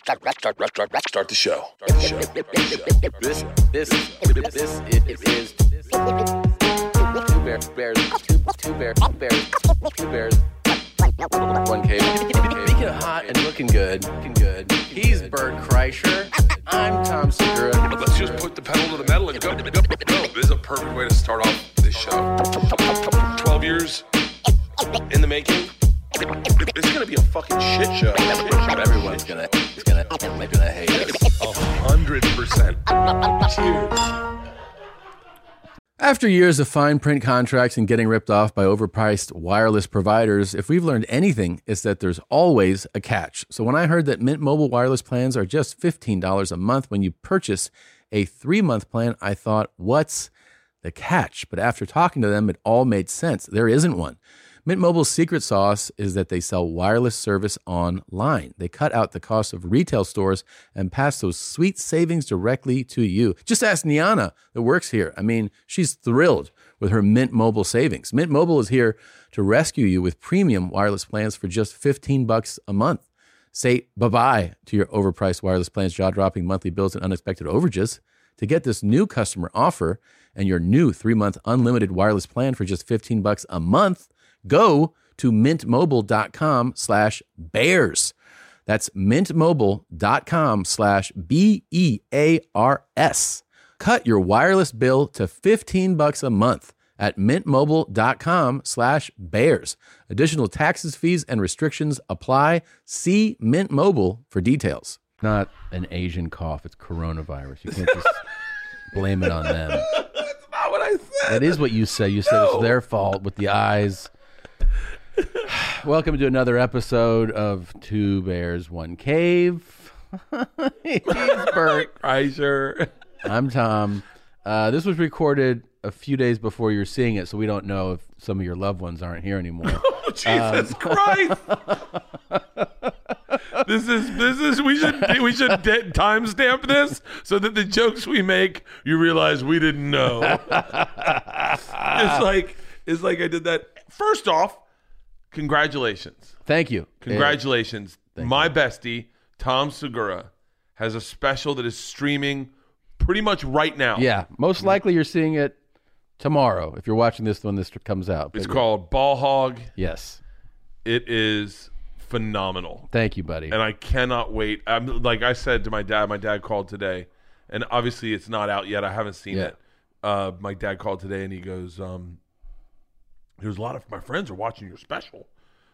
Start the show. Start the show. Start the show. This, this, this is, is two bear, bears, two, two bear, bears, two bears, one cave. Speaking of hot and looking good, looking good. He's Bert Kreischer. I'm Tom Segura. Let's just put the pedal to the metal and go. go, go. This is a perfect way to start off this show. 12 years in the making. It's gonna be a fucking shit show. Everyone's gonna, is gonna, is gonna hate us. A hundred percent. After years of fine print contracts and getting ripped off by overpriced wireless providers, if we've learned anything, it's that there's always a catch. So when I heard that Mint Mobile wireless plans are just $15 a month when you purchase a three month plan, I thought, what's the catch? But after talking to them, it all made sense. There isn't one. Mint Mobile's secret sauce is that they sell wireless service online. They cut out the cost of retail stores and pass those sweet savings directly to you. Just ask Niana that works here. I mean, she's thrilled with her Mint Mobile savings. Mint Mobile is here to rescue you with premium wireless plans for just 15 bucks a month. Say bye bye to your overpriced wireless plans, jaw dropping monthly bills, and unexpected overages. To get this new customer offer and your new three month unlimited wireless plan for just 15 bucks a month, go to mintmobile.com slash bears. That's mintmobile.com slash B E A R S. Cut your wireless bill to 15 bucks a month at mintmobile.com slash bears. Additional taxes, fees, and restrictions apply. See Mint Mobile for details. Not an Asian cough, it's coronavirus. You can't just blame it on them. That's not what I said. That is what you say. You said it's their fault with the eyes. Welcome to another episode of Two Bears, One Cave. He's Bert. Kreischer. I'm Tom. Uh, this was recorded a few days before you're seeing it, so we don't know if some of your loved ones aren't here anymore. Oh, Jesus Christ. this is this is we should we should de- timestamp this so that the jokes we make you realize we didn't know. it's like it's like I did that. First off, congratulations. Thank you. Uh, Congratulations. My bestie, Tom Segura, has a special that is streaming pretty much right now. Yeah, most likely you're seeing it tomorrow if you're watching this when this comes out. It's But called Ball Hog. yes. It is phenomenal. Thank you, buddy. and I cannot wait. I'm like I said to my dad. My dad called today, and obviously it's not out yet. I haven't seen Yeah. it. Uh, my dad called today, and he goes, um, "He goes, a lot of my friends are watching your special.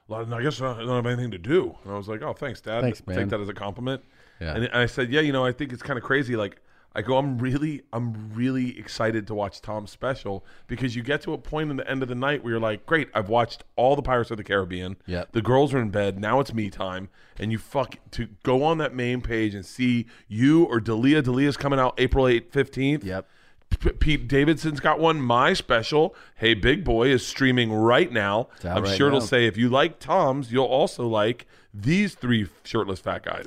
A lot, of, I guess I don't have anything to do." And I was like, "Oh, thanks, dad. Thanks, man. Take that as a compliment." Yeah. And, and I said, "Yeah, you know, I think it's kind of crazy. Like, I go, I'm really, I'm really excited to watch Tom's special because you get to a point in the end of the night where you're like, great, I've watched all the Pirates of the Caribbean. Yep. The girls are in bed. Now it's me time. And you fuck to go on that main page and see you or Dalia. Dalia's coming out April 8th, 15th. Yep. P- Pete Davidson's got one. My special, Hey Big Boy, is streaming right now. out I'm right sure it'll now. say if you like Tom's, you'll also like these three shirtless fat guys.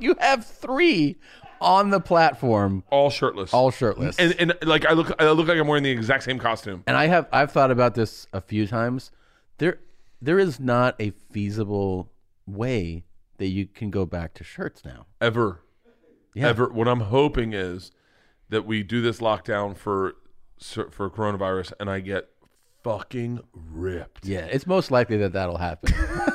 You have three on the platform, all shirtless. all shirtless. and, and like I look, I look like I'm wearing the exact same costume. and I have I've thought about this a few times. There there is not a feasible way that you can go back to shirts now. ever, Yeah. ever. What I'm hoping is that we do this lockdown for for coronavirus, and I get fucking ripped. Yeah, it's most likely that that'll happen.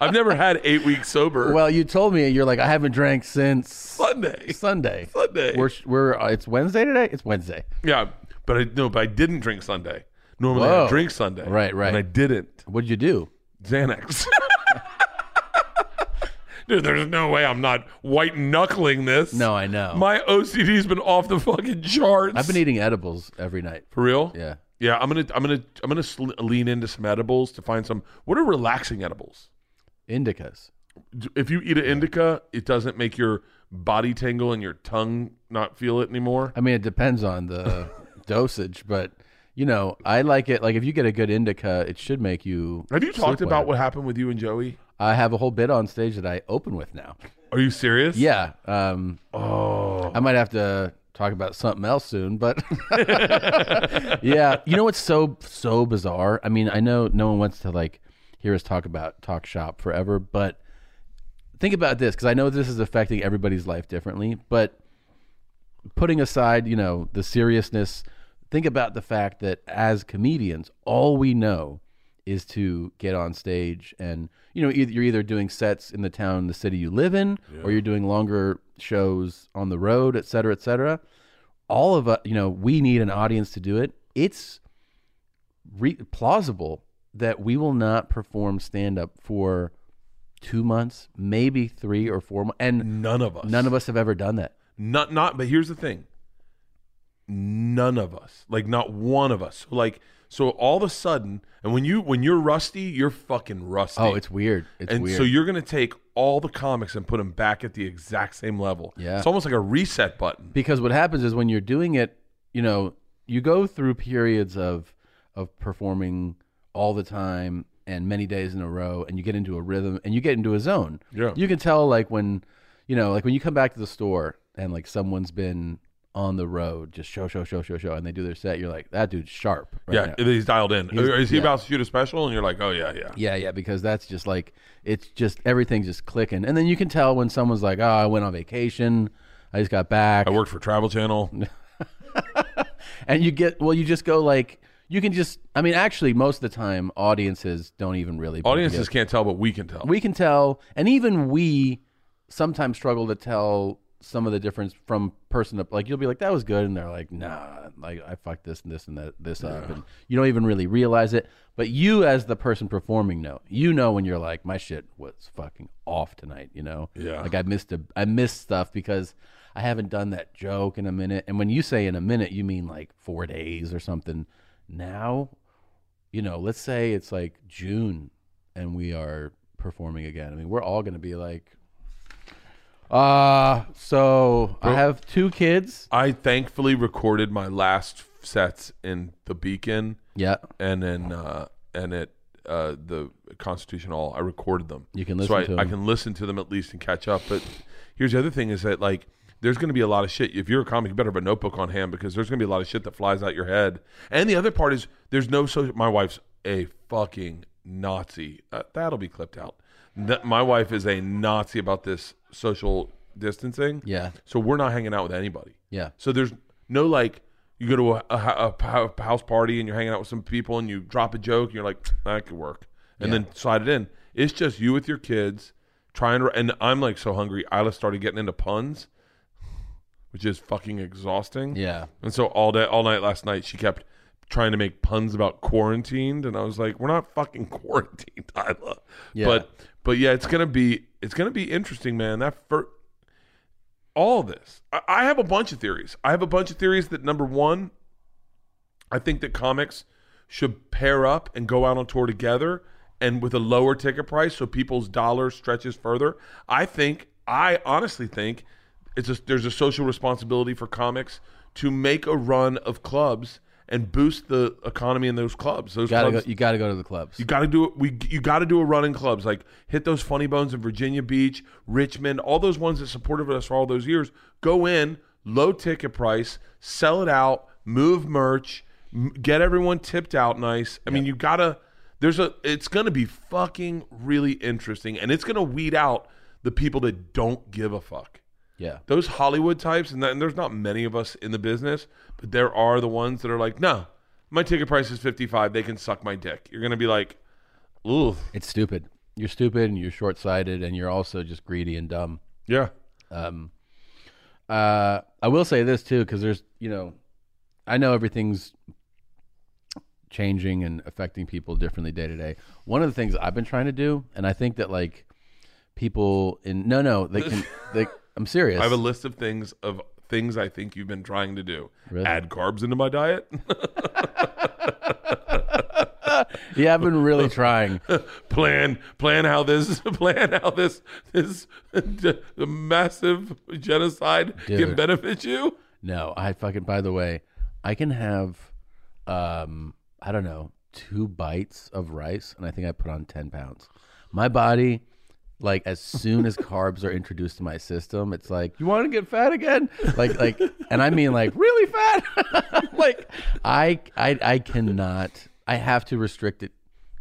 I've never had eight weeks sober. well, you told me you're like I haven't drank since Sunday, Sunday. Sunday. We're we're uh, it's Wednesday today. It's Wednesday. yeah, but I no, but I didn't drink Sunday. Normally I Whoa. drink Sunday, Right, right. And I didn't What'd you do? Xanax. Dude, there's no way I'm not white knuckling this. No, I know. My OCD's been off the fucking charts. I've been eating edibles every night. for real. Yeah. Yeah, I'm gonna, I'm gonna, I'm gonna sl- lean into some edibles to find some. What are relaxing edibles? Indicas. D- If you eat an indica, it doesn't make your body tingle and your tongue not feel it anymore. I mean, it depends on the dosage, but you know, I like it. Like if you get a good indica, it should make you. Have you sleep talked better. about what happened with you and Joey? I have a whole bit on stage that I open with now. Are you serious? Yeah. Um, Oh, I might have to talk about something else soon, but yeah. You know what's so so bizarre? I mean, I know no one wants to like hear us talk about talk shop forever, but think about this because I know this is affecting everybody's life differently, but putting aside, you know, the seriousness, think about the fact that as comedians, all we know is to get on stage and, you know, either, you're either doing sets in the town, the city you live in, or you're doing longer shows on the road, et cetera, et cetera. All of us, you know, we need an audience to do it. It's re- plausible that we will not perform stand up for two months, maybe three or four months. And None of us. none of us have ever done that. Not not but here's the thing. None of us. Like not one of us. Like so all of a sudden and when you when you're rusty, you're fucking rusty. Oh, it's weird. It's and weird. so you're gonna take all the comics and put them back at the exact same level. Yeah. It's almost like a reset button. because what happens is when you're doing it, you know, you go through periods of of performing all the time and many days in a row and you get into a rhythm and you get into a zone. Yeah. You can tell like when you know, like when you come back to the store and like someone's been on the road, just show, show, show, show, show, and they do their set, you're like, that dude's sharp. Right yeah, now. he's dialed in. Is he yeah. about to shoot a special? And you're like, oh yeah, yeah. Yeah, yeah, because that's just like it's just everything's just clicking, and then you can tell when someone's like, "Oh, I went on vacation, I just got back," I worked for Travel Channel. and you get well, you just go like you can just. I mean, actually, most of the time, audiences don't even really put Audiences can't tell, but we can tell. we can tell, and even we sometimes struggle to tell some of the difference from person to like. You'll be like, "That was good," and they're like, "Nah, like I fucked this and this and that this up," and you don't even really realize it. But you, as the person performing, know you know when you're like, "My shit was fucking off tonight," you know? Yeah. Like I missed a I missed stuff because. I haven't done that joke in a minute. And when you say in a minute, you mean like four days or something. Now you know, let's say it's like June and we are performing again. I mean, we're all going to be like, uh, so I have two kids. I thankfully recorded my last sets in the Beacon Yeah. and then uh, and at uh, the Constitution Hall. I recorded them. You can so listen I, to I them. can listen to them at least and catch up. But here's the other thing: is that like there's going to be a lot of shit. If you're a comic, you better have a notebook on hand because there's going to be a lot of shit that flies out your head. And the other part is there's no social. My wife's a fucking Nazi. Uh, that'll be clipped out. That my wife is a Nazi about this social distancing. Yeah. So we're not hanging out with anybody. Yeah. So there's no like you go to a, a, a- a house party and you're hanging out with some people and you drop a joke and you're like that could work and then slide it in. It's just you with your kids trying to and I'm like so hungry. I just started getting into puns, which is fucking exhausting. Yeah. And so all day, all night last night, she kept trying to make puns about quarantined, and I was like, "We're not fucking quarantined, Tyler." Yeah. But but yeah, it's gonna be it's gonna be interesting, man. That first, all of this, I, I have a bunch of theories. I have a bunch of theories that number one, I think that comics should pair up and go out on tour together and with a lower ticket price so people's dollar stretches further. I think, I honestly think it's a, there's a social responsibility for comics to make a run of clubs and boost the economy in those clubs. Those Gotta go, clubs, you got to go to the clubs. you got to do it. We you got to do a run in clubs like hit those funny bones in Virginia Beach, Richmond, all those ones that supported us for all those years. Go in low ticket price, sell it out, move merch, m- get everyone tipped out nice. I mean, you gotta. There's a. It's gonna be fucking really interesting, and it's gonna weed out the people that don't give a fuck yeah. those Hollywood types, and, that, and there's not many of us in the business, but there are the ones that are like, no, my ticket price is 55. They can suck my dick. You're going to be like, ooh. It's stupid. You're stupid and you're short sighted and you're also just greedy and dumb. Yeah. Uh, I will say this too, because there's, you know, I know everything's changing and affecting people differently day to day. One of the things I've been trying to do, and I think that like people in no, no, they can. They, I'm serious. I have a list of things of things I think you've been trying to do. Add carbs into my diet. yeah, I've been really trying. plan plan how this plan how this this massive genocide can Dude. benefit you. No, I fucking. By the way, I can have, um, I don't know, two bites of rice, and I think I put on ten pounds. My body, like, as soon as carbs are introduced to my system, it's like, you want to get fat again? Like, like, and I mean, like, really fat? like, I, I, I cannot. I have to restrict it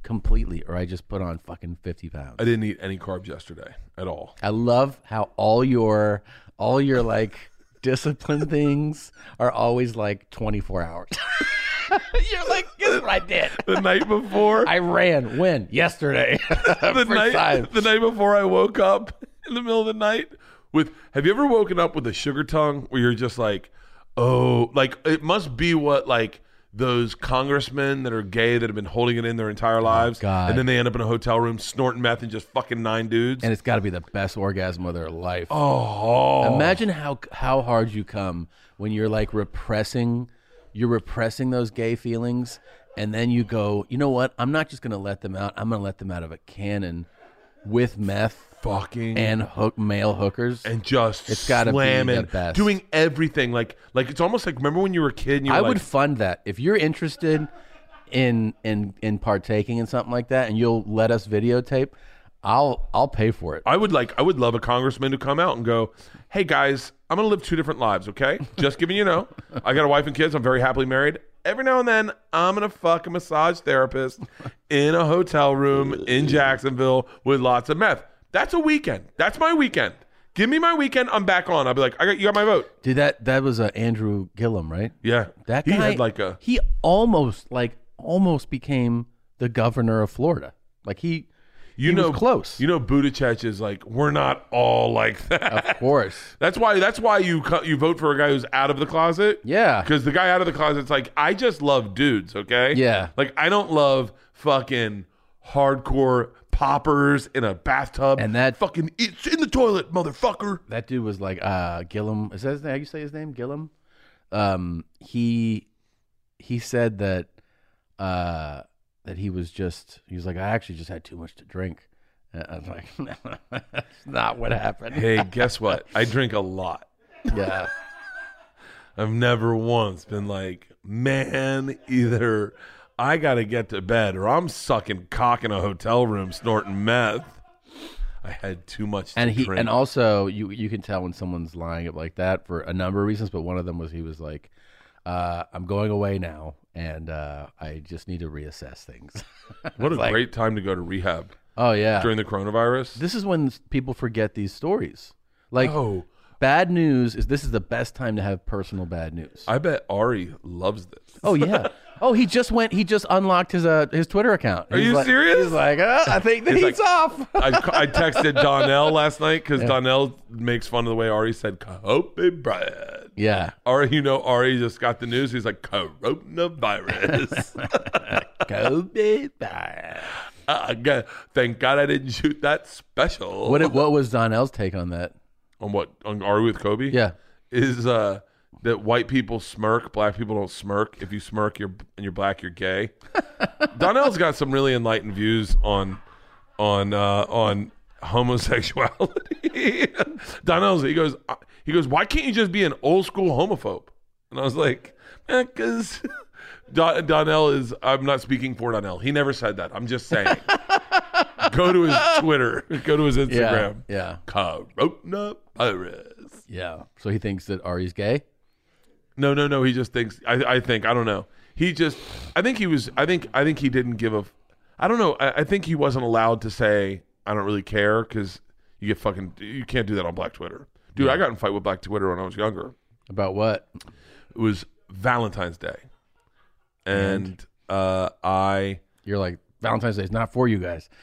completely, or I just put on fucking fifty pounds. I didn't eat any carbs yesterday at all. I love how all your all your like discipline things are always like 24 hours. You're like, guess what I did? The night before, I ran when yesterday. the First night, time. the night before I woke up in the middle of the night with. Have you ever woken up with a sugar tongue where you're just like, oh, like it must be what like those congressmen that are gay that have been holding it in their entire lives, Oh, God. and then they end up in a hotel room snorting meth and just fucking nine dudes. And it's got to be the best orgasm of their life. oh, Imagine how how hard you come when you're like repressing, you're repressing those gay feelings, and then you go, you know what? I'm not just gonna let them out. I'm gonna let them out of a cannon with meth fucking and hook male hookers. and just it's gotta be slamming, the best. doing everything like like it's almost like remember when you were a kid and you were I like, would fund that if you're interested in in in partaking in something like that, and you'll let us videotape. I'll I'll pay for it. I would like I would love a congressman to come out and go, "Hey guys, I'm going to live two different lives, okay? Just giving you know. I got a wife and kids. I'm very happily married. Every now and then, I'm going to fuck a massage therapist in a hotel room in Jacksonville with lots of meth. That's a weekend. That's my weekend. Give me my weekend. I'm back on. I'll be like, "I got you got my vote." Dude, that that was uh, Andrew Gillum, right? Yeah. That he guy had like a he almost like almost became the governor of Florida. Like he, you he know was close. You know Buttigieg is like, "We're not all like that." of course, That's why. That's why you co- you vote for a guy who's out of the closet. Yeah. Because the guy out of the closet's like, I just love dudes. Okay. Yeah. Like I don't love fucking hardcore poppers in a bathtub And that- fucking it's in the toilet, motherfucker. that dude was like uh, Gillum. Is that his name? How you say his name? Gillum. Um, he he said that uh, that he was just he was like I actually just had too much to drink. And I was like, that's not what happened. Hey, guess what? I drink a lot. Yeah. I've never once been like, man, either I gotta get to bed or I'm sucking cock in a hotel room snorting meth. I had too much. and to he drink. and also you you can tell when someone's lying like that for a number of reasons but one of them was he was like uh, i'm going away now and uh, i just need to reassess things what a like- great time to go to rehab. oh yeah during the coronavirus. this is when s- people forget these stories like Oh, bad news is this is the best time to have personal bad news I bet Ari loves this. oh yeah oh he just went he just unlocked his uh, his twitter account are you serious? he's like uh, i think the heat's off I, I texted Donnell last night because Donnell makes fun of the way Ari said Kahope bread. yeah Ari, you know, Ari just got the news. He's like, coronavirus. COVID. bad. I got- Thank God I didn't shoot that special. what it- what was donnell's take on that on what? On Ari with Kobe? yeah Is uh, that white people smirk, black people don't smirk. If you smirk you're, and you're black, you're gay. Donnell's got some really enlightened views on on uh, on homosexuality. Donnell's he goes uh, he goes why can't you just be an old school homophobe? And I was like, because Don- Donnell is I'm not speaking for Donnell. He never said that. I'm just saying. go to his Twitter. Go to his yeah Instagram. yeah Coronavirus. Yeah. So he thinks that Ari's gay. No, no, no. He just thinks. I, I think. I don't know. He just. I think he was. I think. I think he didn't give a. f- I don't know. I, I think he wasn't allowed to say I don't really care because you get fucking. You can't do that on Black Twitter, dude. I got in a fight with Black Twitter when I was younger. About what? It was Valentine's Day, and, uh, I. You're like Valentine's Day is not for you guys.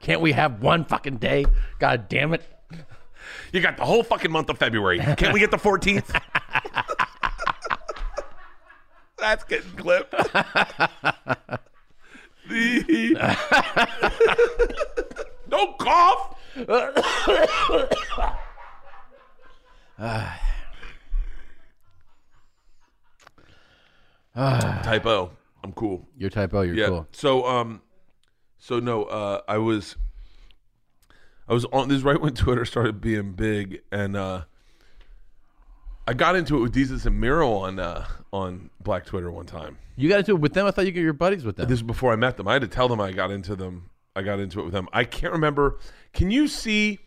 Can't we have one fucking day? God damn it! You got the whole fucking month of February. Can't we get the fourteenth? That's getting clipped. The- Don't cough. Typo. I'm cool. Your type O. You're Yeah. cool. So um, so no, uh, I was, I was on this is right when Twitter started being big, and uh, I got into it with Jesus and Miro on uh, on Black Twitter one time. You got into it with them. I thought you got your buddies with them. This is before I met them. I had to tell them I got into them. I got into it with them. I can't remember. Can you see?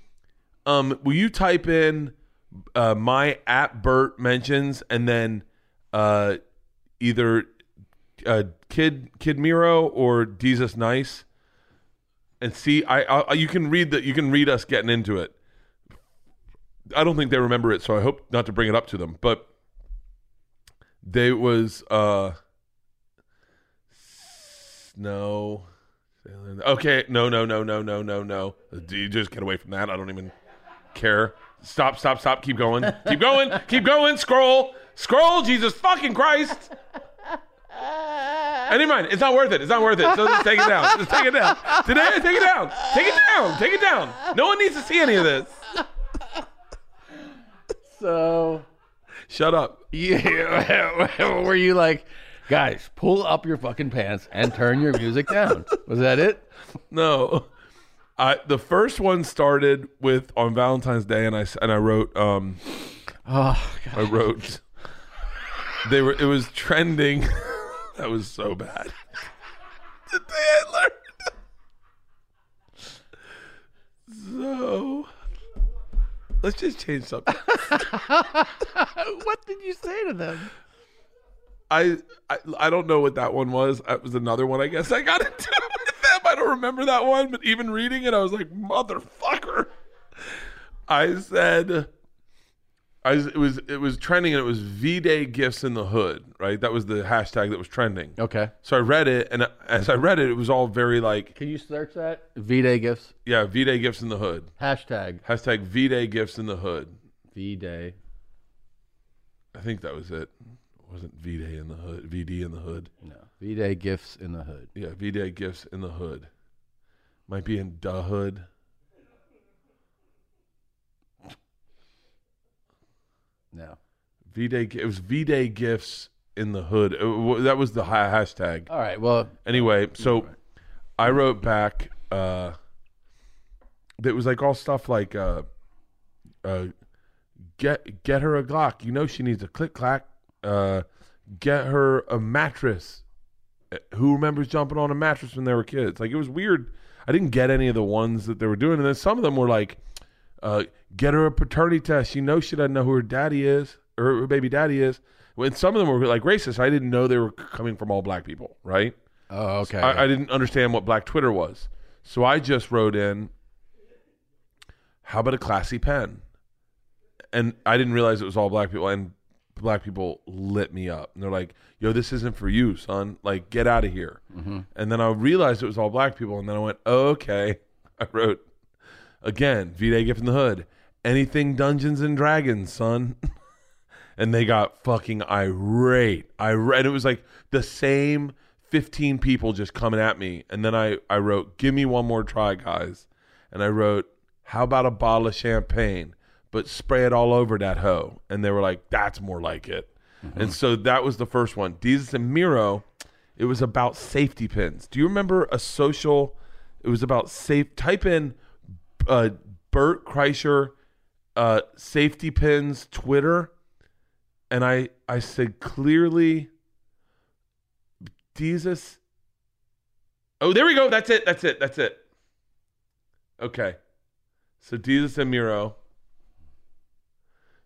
Um, will you type in uh, my at Bert mentions and then uh, either uh, Kid Kid Miro or Jesus Nice, and see. I, I you can read that. You can read us getting into it. I don't think they remember it, so I hope not to bring it up to them. But they was uh, no. Okay, no, no, no, no, no, no, no. Do you just get away from that? I don't even care. Stop, stop, stop. Keep going. Keep going. Keep going. Scroll. Scroll. Jesus fucking Christ. And never mind. It's not worth it. It's not worth it. So just take it down. Just take it down. Today, take it down. Take it down. Take it down. No one needs to see any of this. So Shut up. yeah, were you like, guys, pull up your fucking pants and turn your music down? Was that it? No. I, the first one started with on Valentine's Day, and I s- and I wrote um, Oh, I wrote. They were. It was trending. that was so bad. The day I learned. So let's just change something. Uh, what did you say to them? I, I I don't know what that one was. That was another one. I guess I got into with them. I don't remember that one. But even reading it, I was like, motherfucker. I said. I was, it was it was trending and it was V Day gifts in the hood, right? That was the hashtag that was trending. Okay. So I read it, and as I read it, it was all very like, Can you search that? V Day Gifts. yeah, V Day gifts in the hood. Hashtag Hashtag V Day gifts in the hood. V Day. I think that was it. It wasn't V Day in the hood, VD in the hood. No. V Day Gifts in the Hood. Yeah, V Day gifts in the hood. Might be in the hood. No. V Day, it was V Day gifts in the hood. It wa- that was the hi- hashtag. All right. Well, Anyway, so I wrote back. Uh, that was like all stuff like, uh, uh, get get her a Glock. You know she needs a click clack. Uh, get her a mattress. Uh, Who remembers jumping on a mattress when they were kids? Like it was weird. I didn't get any of the ones that they were doing, and then some of them were like, uh, get her a paternity test. You know she doesn't know who her daddy is or her baby daddy is. When some of them were like racist, I didn't know they were c- coming from all black people, right? oh, okay. I, I didn't understand what Black Twitter was. So I just wrote in, how about a classy pen? And I didn't realize it was all black people. And black people lit me up. And they're like, yo, this isn't for you, son. Like, get out of here. And then I realized it was all black people. And then I went, oh, okay. I wrote, again, V Day Gift in the Hood, anything Dungeons and Dragons, son. and they got fucking irate. I read it was like the same 15 people just coming at me. And then I, I wrote, Give me one more try, guys. And I wrote, How about a bottle of champagne, but spray it all over that hoe? And they were like, That's more like it. And so that was the first one. Jesus and Miro, it was about safety pins. Do you remember a social? It was about safe. Type in uh, Bert Kreischer uh, safety pins Twitter, and I I said clearly, Jesus. Oh, there we go. That's it. That's it. That's it. Okay, so Jesus and Miro.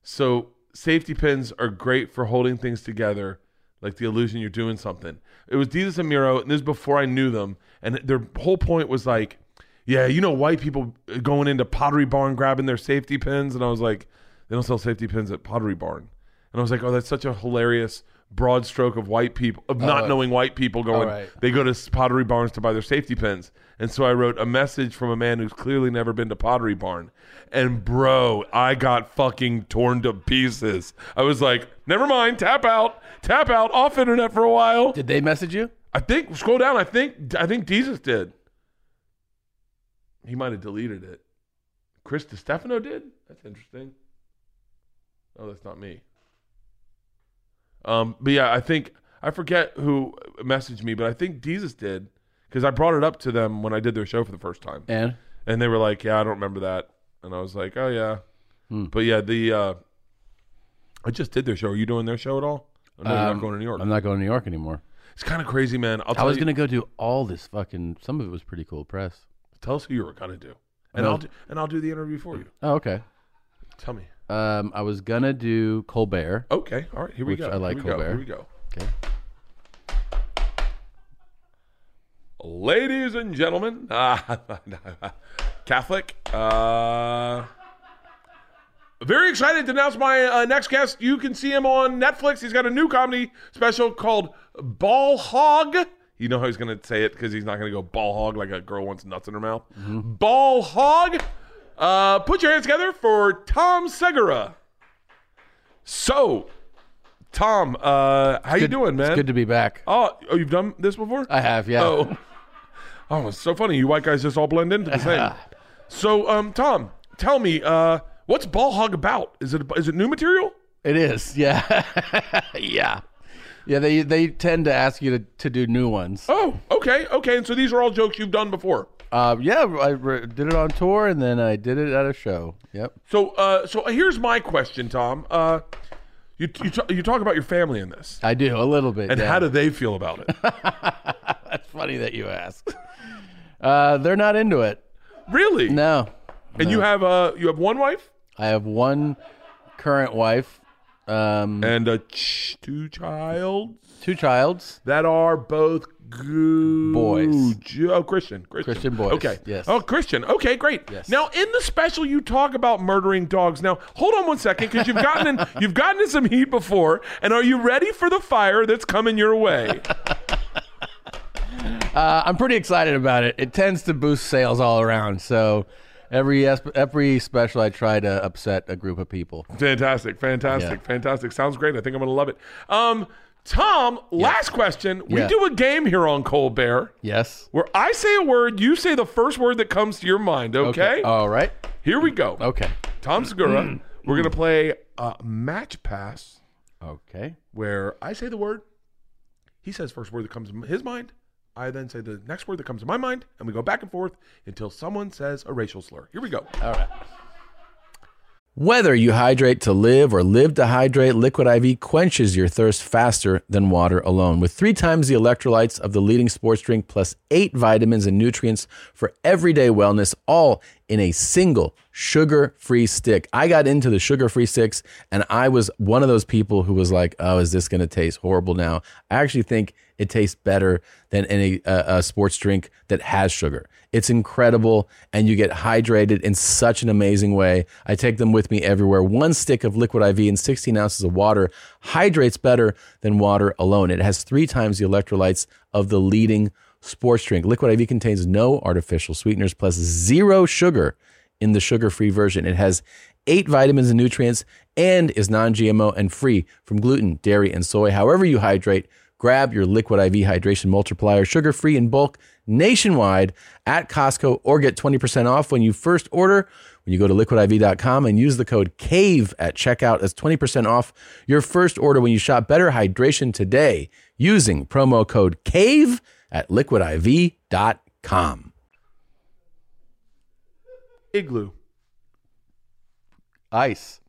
So safety pins are great for holding things together, like the illusion you're doing something. It was Jesus and Miro, and this is before I knew them, and their whole point was like, yeah, you know, white people going into Pottery Barn grabbing their safety pins, and I was like, they don't sell safety pins at Pottery Barn, and I was like, oh, that's such a hilarious broad stroke of white people of not knowing white people going right. they go to pottery barns to buy their safety pins and so i wrote a message from a man who's clearly never been to pottery barn and bro i got fucking torn to pieces i was like never mind tap out tap out off internet for a while did they message you? i think scroll down i think i think jesus did he might have deleted it chris stefano did that's interesting oh that's not me um, but yeah, I think I forget who messaged me, but I think Jesus did because I brought it up to them when I did their show for the first time, And and they were like, "Yeah, I don't remember that," and I was like, "Oh yeah," Hmm. but yeah, the uh, I just did their show. Are you doing their show at all? Oh, no, you're Um, not going to New York. I'm not going to New York anymore. It's kind of crazy, man. I'll I tell was you. going to go do all this fucking. Some of it was pretty cool press. Tell us who you were gonna do, and No. Mm. I'll do, and I'll do the interview for you. Oh, okay. Tell me. Um, I was gonna do Colbert. Okay, all right, here we Which go. I like here we go, Colbert. Here we go. Okay. Ladies and gentlemen, uh, Catholic, uh, very excited to announce my uh, next guest. You can see him on Netflix. He's got a new comedy special called Ball Hog. You know how he's going to say it because he's not going to go ball hog like a girl wants nuts in her mouth. Mm-hmm. Ball Hog. Uh, put your hands together for Tom Segura. So, Tom, uh, how you doing, man? It's good to be back. Oh, oh, you've done this before? I have, yeah. Oh. Oh, it's so funny. You white guys just all blend into the same. so, um, Tom, tell me, uh, what's Ball Hog about? Is it is it new material? It is, yeah, yeah, yeah. They they tend to ask you to, to do new ones. Oh, okay, okay. And so these are all jokes you've done before. Uh, yeah, I re- did it on tour and then I did it at a show. Yep. So, uh, so here's my question, Tom. Uh, you you, t- you talk about your family in this, I do a little bit. and yeah. how do they feel about it? That's funny that you asked. uh, they're not into it. really? No, And you have uh you have one wife I have one current wife, um, and a ch- two childs two childs. that are both good Boys. Oh, Christian, Christian. Christian boys, Okay. yes. Oh, Christian. Okay, great. Yes. Now, in the special, you talk about murdering dogs. Now, hold on one second, because you've gotten in, you've gotten in some heat before, and are you ready for the fire that's coming your way? Uh, I'm pretty excited about it. It tends to boost sales all around. So every es- every special, I try to upset a group of people. fantastic, fantastic, Yeah. fantastic. Sounds great. I think I'm gonna love it. Um, Tom, last question. We Yeah. do a game here on Colbert. Yes. Where I say a word, you say the first word that comes to your mind, okay? All right. Here we go. Oh. Okay. Tom Segura, we're going to play uh, match pass Okay. where I say the word, he says first word that comes to his mind, I then say the next word that comes to my mind, and we go back and forth until someone says a racial slur. Here we go. All right. Whether you hydrate to live or live to hydrate, Liquid IV quenches your thirst faster than water alone. With three times the electrolytes of the leading sports drink, plus eight vitamins and nutrients for everyday wellness, all in a single sugar free stick. I got into the sugar free sticks, and I was one of those people who was like, oh, is this going to taste horrible now? I actually think it tastes better than any uh, uh, sports drink that has sugar. It's incredible, and you get hydrated in such an amazing way. I take them with me everywhere. One stick of liquid IV and 16 ounces of water hydrates better than water alone. It has three times the electrolytes of the leading sports drink. Liquid IV contains no artificial sweeteners plus zero sugar in the sugar free version. It has eight vitamins and nutrients and is non GMO and free from gluten, dairy, and soy. However, you hydrate, grab your Liquid IV Hydration Multiplier, sugar free in bulk nationwide at Costco, or get 20% off when you first order. When you go to liquidiv.com and use the code CAVE at checkout, that's 20% off your first order when you shop Better Hydration today using promo code CAVE at liquidiv.com. Igloo. Ice.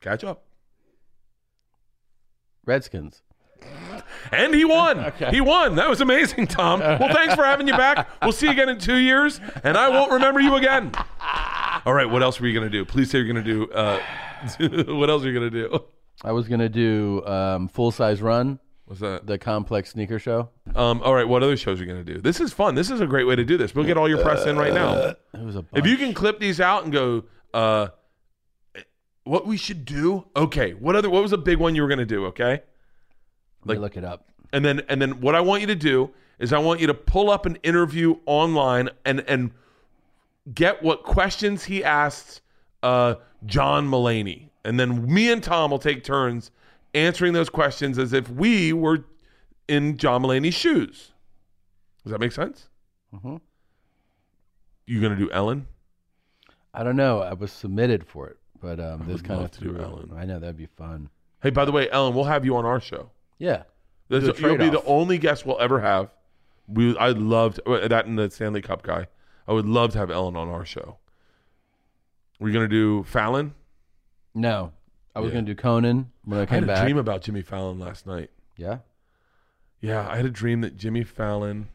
Catch up. Redskins. And he won. He won. That was amazing, Tom. Well, thanks for having you back. We'll see you again in two years, and I won't remember you again. All right, what else were you going to do? Please say you're going to do. Uh, what else are you going to do? I was gonna do um, full size run, What's that? the complex sneaker show. Um, all right, what other shows are you going to do? This is fun. This is a great way to do this. We'll get all your press in right now. It was a bunch. If you can clip these out and go, uh, what we should do? Okay, what other? What was a big one you were going to do? Okay, Let me look it up. and then and then what I want you to do is I want you to pull up an interview online and and get what questions he asked uh, John Mullaney, and then me and Tom will take turns answering those questions as if we were in John Mullaney's shoes. Does that make sense? Mhm. You gonna do Ellen? I don't know. I was submitted for it, but um, this would kind love of to do threw- Ellen. I know that'd be fun. Hey, by the way, Ellen, we'll have you on our show. Yeah. This, Do a you'll be the trade-off. only guest we'll ever have. We, I loved uh, that and the Stanley Cup guy. I would love to have Ellen on our show. We're gonna do Fallon. No, I was Yeah. gonna do Conan when I I had came a back. dream about Jimmy Fallon last night. yeah. Yeah, I had a dream that Jimmy Fallon,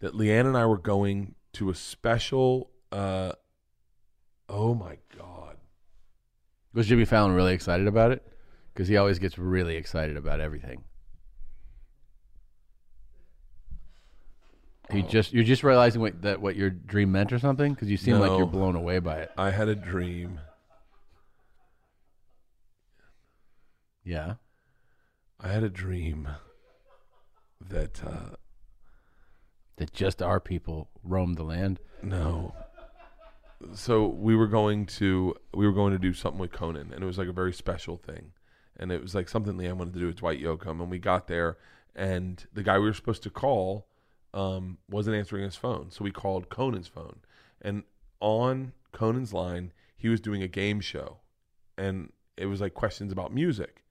that Leanne and I were going to a special uh, Oh my god. Was Jimmy Fallon really excited about it? Because he always gets really excited about everything. You Oh. just you're just realizing what that what your dream meant or something because you seem like No. you're blown away by it. I had a dream. Yeah. I had a dream that uh That just our people roam the land. No. So we were going to we were going to do something with Conan, and it was like a very special thing, and it was like something Leanne wanted to do with Dwight Yoakam, and we got there, and the guy we were supposed to call um, wasn't answering his phone, so we called Conan's phone, and on Conan's line he was doing a game show, and it was like questions about music,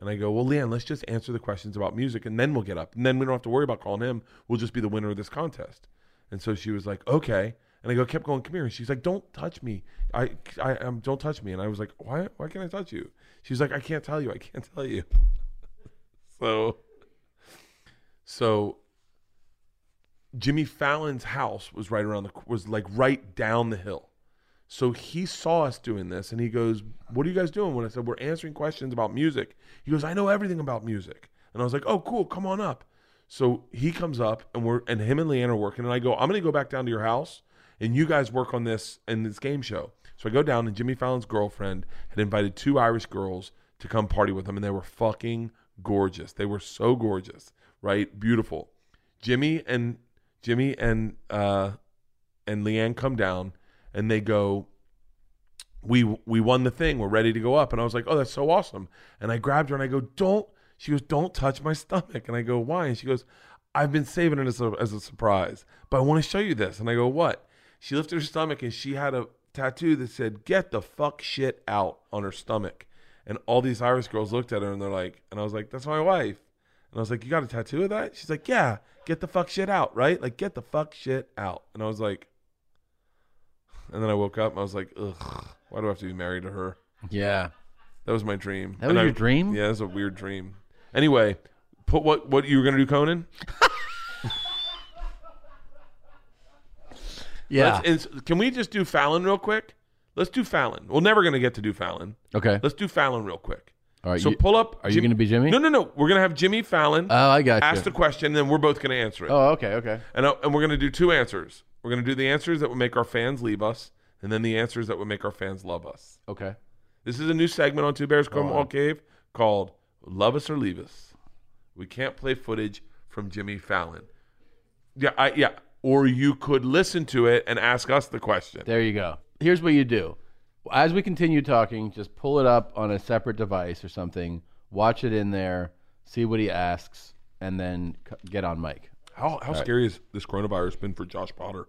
and I go, well, Leanne, let's just answer the questions about music, and then we'll get up, and then we don't have to worry about calling him. We'll just be the winner of this contest. And so she was like, okay. And I go, kept going, come here. And she's like, don't touch me. I, I, um, don't touch me. And I was like, why, why can't I touch you? She's like, I can't tell you. I can't tell you. so, so Jimmy Fallon's house was right around the, was like right down the hill. So he saw us doing this and he goes, What are you guys doing? When I said, We're answering questions about music. He goes, I know everything about music. And I was like, Oh, cool, come on up. So he comes up and we're and him and Leanne are working. And I go, I'm gonna go back down to your house and you guys work on this and this game show. So I go down and Jimmy Fallon's girlfriend had invited two Irish girls to come party with him, and they were fucking gorgeous. They were so gorgeous, right? Beautiful. Jimmy and Jimmy and uh and Leanne come down and they go, we we won the thing. We're ready to go up. And I was like, oh, that's so awesome. And I grabbed her and I go, don't. She goes, don't touch my stomach. And I go, why? And she goes, I've been saving it as a, as a surprise, but I want to show you this. And I go, what? She lifted her stomach and she had a tattoo that said, get the fuck shit out on her stomach. And all these Irish girls looked at her and they're like, and I was like, that's my wife. And I was like, you got a tattoo of that? She's like, yeah, get the fuck shit out, right? Like, get the fuck shit out. And I was like, and then I woke up and I was like, ugh, why do I have to be married to her? Yeah. That was my dream. That And was I- your dream? Yeah, that was a weird dream. Anyway, put what what you were gonna do, Conan? Yeah. Let's- it's- can we just do Fallon real quick? Let's do Fallon. We're never gonna get to do Fallon. okay. Let's do Fallon real quick. All right. So you- pull up. are you gonna be Jimmy? No, no, no. We're gonna have Jimmy Fallon oh, I got ask you. the question, and then we're both gonna answer it. oh, okay. Okay. And, I, and we're gonna do two answers. We're gonna do the answers that would make our fans leave us, and then the answers that would make our fans love us. Okay. This is a new segment on Two Bears Come on. All Cave called Love Us or Leave Us. We can't play footage from Jimmy Fallon. Yeah, I, yeah. Or you could listen to it and ask us the question. There you go. Here's what you do. As we continue talking, just pull it up on a separate device or something, watch it in there, see what he asks, and then c- get on mic. How, how scary has this coronavirus been for Josh Potter?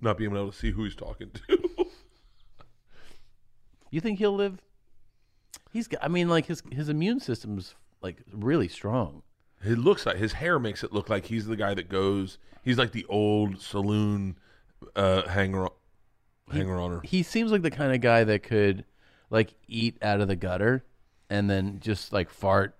Not being able to see who he's talking to. You think he'll live? He's got, I mean, like his his immune system's like really strong. it looks like his hair makes it look like he's the guy that goes. He's like the old saloon uh, hanger, hanger oner. He seems like the kind of guy that could like eat out of the gutter and then just like fart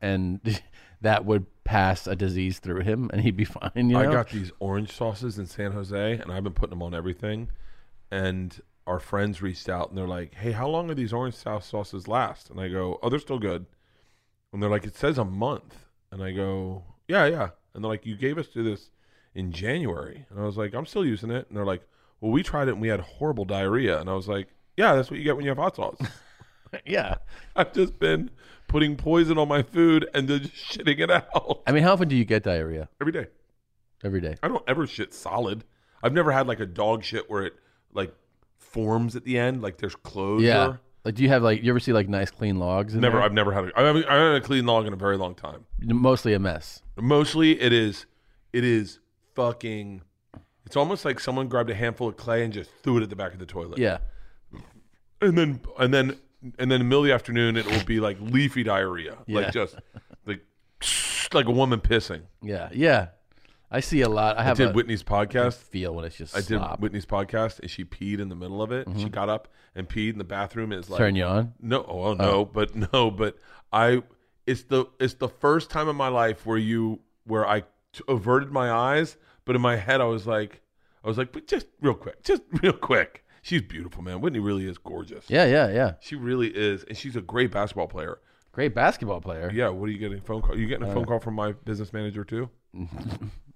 and that would pass a disease through him and he'd be fine. You know? I got these orange sauces in San Jose, and I've been putting them on everything. And our friends reached out, and they're like, "Hey, how long are these orange sauce sauces last?" And I go, "Oh, they're still good." And they're like, "It says a month," and I go, "Yeah, yeah." And they're like, "You gave us to this in January," and I was like, "I'm still using it." And they're like, "Well, we tried it, and we had horrible diarrhea," and I was like, "Yeah, that's what you get when you have hot sauce." yeah. I've just been putting poison on my food and then just shitting it out I mean, how often do you get diarrhea every day. every day? I don't ever shit solid. I've never had like a dog shit where it like forms at the end, like there's closure. Yeah. Like, do you have like you ever see like nice clean logs? In Never, there? I've never had. A, I haven't, I haven't had a clean log in a very long time. Mostly a mess. Mostly, it is, it is fucking. It's almost like someone grabbed a handful of clay and just threw it at the back of the toilet. Yeah. and then and then and then in the middle of the afternoon, it will be like leafy diarrhea, Yeah. like just like like a woman pissing. Yeah. Yeah. I see a lot. I I have did a Whitney's podcast. feel when it's just I did slop. Whitney's podcast, and she peed in the middle of it. She got up and peed in the bathroom. Is like Turn you on. No, oh well, no, but no, but I. It's the it's the first time in my life where you where I t- averted my eyes, but in my head I was like I was like, but just real quick, just real quick. She's beautiful, man. Whitney really is gorgeous. Yeah, yeah, yeah. She really is, and she's a great basketball player. Great basketball player. Yeah, what are you getting? A phone call? You Uh, getting a phone call from my business manager too?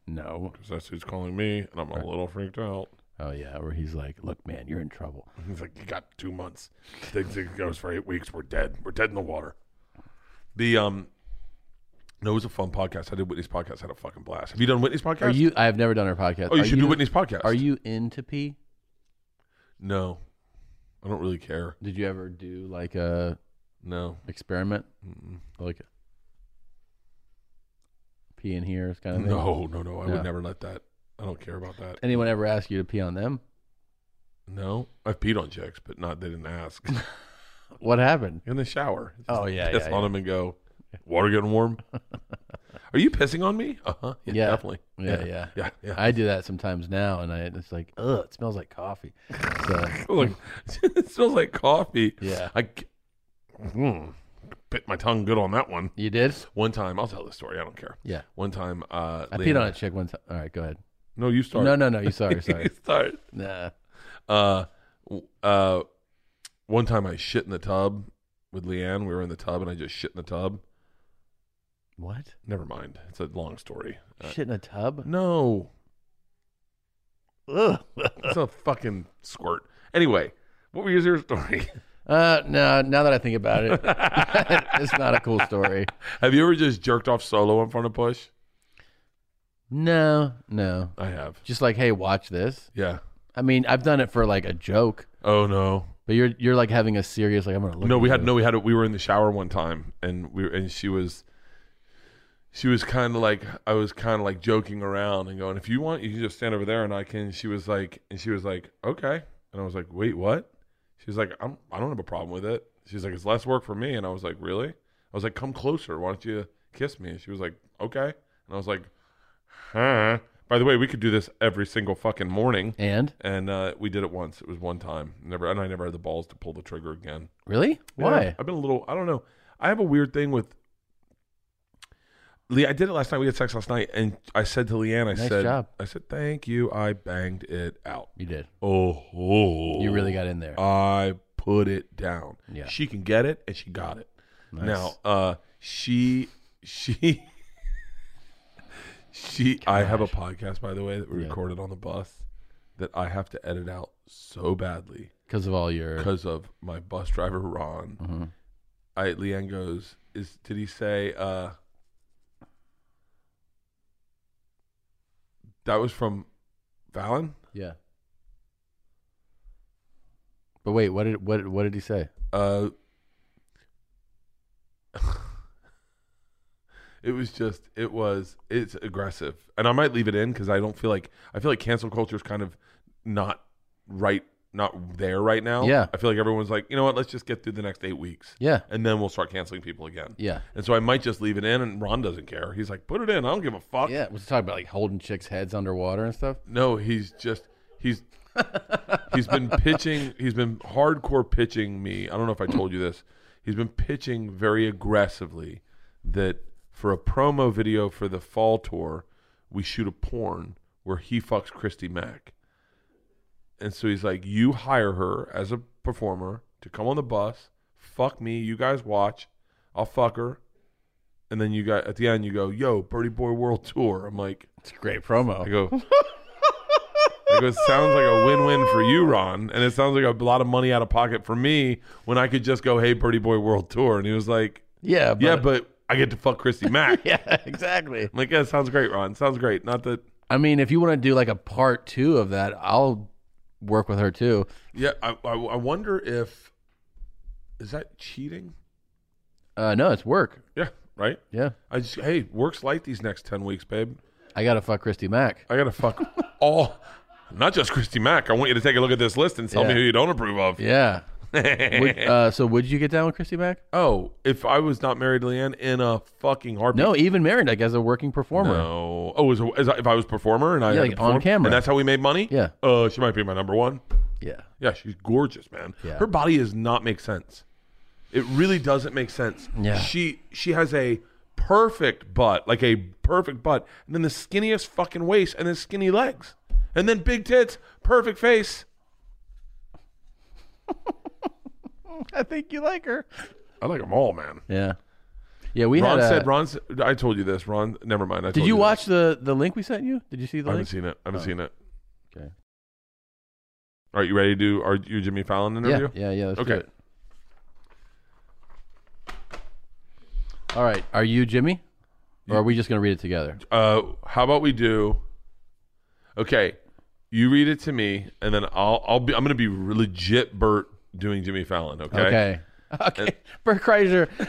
No. 'Cause that's who's calling me, and uh, I'm a little freaked out. Oh yeah, where he's like, "Look, man, you're in trouble." He's like, you got two months. Things it goes for eight weeks. We're dead. We're dead in the water. The um, no, it was a fun podcast. I did Whitney's podcast. I had a fucking blast. Have you done Whitney's podcast? Are you? I have never done her podcast. oh, you Are should do Whitney's podcast. Are you into pee? No, I don't really care. Did you ever do like a No, experiment, like a pee in here kind of thing? no, no, no. I No. would never let that. I don't care about that. Anyone ever ask you to pee on them? No, I've peed on chicks, but not. They didn't ask. What happened? In the shower. Just Oh, yeah, Piss yeah, on yeah. them and go. Water getting warm. Are you pissing on me? Uh huh. Yeah, Yeah. definitely. Yeah, yeah. Yeah, yeah. I do that sometimes now, and I it's like, ugh, it smells like coffee. So, Look, it smells like coffee. Yeah. I c- mm, bit my tongue good on that one. you did? One time, I'll tell the story. I don't care. Yeah. One time, uh, I peed on a chick one time. All right, go ahead. No, you start. No, no, no. You sorry, you sorry. start. nah. Uh, w- uh, one time I shit in the tub with Leanne. We were in the tub, and I just shit in the tub. What? Never mind. It's a long story. Uh, Shit in a tub? no, Ugh. it's a fucking squirt. Anyway, what was your story? Uh, no. Now that I think about it, it's not a cool story. Have you ever just jerked off solo in front of Push? No, no. I have. Just like, hey, watch this. Yeah. I mean, I've done it for like a joke, Oh no. but you're you're like having a serious like I'm gonna look. no, at we had you. no, we had we were in the shower one time, and we were- and she was, she was kind of like I was kind of like joking around and going, if you want, you can just stand over there, and I can. She was like, and she was like, okay, and I was like, wait, what? She was like, I'm I don't have a problem with it. She's like, it's less work for me, and I was like, really? I was like, come closer. Why don't you kiss me? And she was like, okay, and I was like, huh. By the way, we could do this every single fucking morning. And And uh, we did it once. It was one time. Never, and I never had the balls to pull the trigger again. really, Yeah, why? I've been a little. I don't know. I have a weird thing with. Lee, I did it last night. We had sex last night, and I said to Leanne, I Nice said, job. I said, thank you. I banged it out. You did. Oh, oh. You really got in there. I put it down. Yeah. She can get it, and she got it. Nice. Now, uh, she, she, she. I have a podcast, by the way, that we Yeah. recorded on the bus that I have to edit out so badly because of all your because of my bus driver Ron. Mhm. I Leanne goes, "Is did he say uh, that was from Valen?" yeah. But wait, what did what what did he say? Uh, it was just, it was, it's aggressive, and I might leave it in because I don't feel like I feel like cancel culture is kind of not right, not there right now. Yeah. I feel like everyone's like, you know what? Let's just get through the next eight weeks, Yeah, and then we'll start canceling people again. yeah, And so I might just leave it in, and Ron doesn't care. He's like, put it in. I don't give a fuck. yeah. Was he talking about like holding chicks' heads underwater and stuff? No, he's just he's he's been pitching. He's been hardcore pitching me. I don't know if I told you this. He's been pitching very aggressively that for a promo video for the fall tour, we shoot a porn where he fucks Christy Mack. And so he's like, "You hire her as a performer to come on the bus, fuck me. You guys watch. I'll fuck her." And then you got at the end, you go, "Yo, Birdie Boy World Tour." I'm like, It's a great promo. I go. I go. It sounds like a win-win for you, Ron, and it sounds like a lot of money out of pocket for me when I could just go, "Hey, Birdie Boy World Tour," and he was like, yeah, "Yeah, but I get to fuck Christy Mack." yeah, exactly. I'm like, "Yeah, sounds great, Ron. Sounds great." Not that. I mean, if you want to do like a part two of that, I'll work with her too. Yeah, I, I, I wonder if is that cheating? Uh, no, it's work. Yeah, right. Yeah, I just hey, works light these next ten weeks, babe. I gotta fuck Christy Mack. I gotta fuck all, not just Christy Mack. I want you to take a look at this list and tell me Yeah. who you don't approve of. Yeah. Would- uh, so would you get down with Christy Mack? Oh, if I was not married to Leanne in a fucking heartbeat. No, even married, like as a working performer. No. Oh, as, a, as a- if I was performer and I Yeah, had like to on perform, camera. and that's how we made money. Yeah. Uh, she might be my number one. Yeah. Yeah, she's gorgeous, man. Yeah. Her body does not make sense. It really doesn't make sense. Yeah. She she has a perfect butt, like a perfect butt, and then the skinniest fucking waist, and then skinny legs, and then big tits, perfect face. I think you like her. I like them all, man. Yeah. Yeah, we Ron had. said, a- Ron, s- I told you this. Ron, never mind. I did told you this. watch the the link we sent you? Did you see the I haven't link? seen it. I haven't Oh. seen it. Okay. All right, you ready to do our, your Jimmy Fallon interview? Yeah, yeah, yeah. Let's do Okay. it. All right. Are you Jimmy? Or are we just gonna read it together? Uh, how about we do? Okay, you read it to me, and then I'll I'll be I'm gonna be legit Bert doing Jimmy Fallon. Okay. Okay. Okay. Bert Kreischer. oh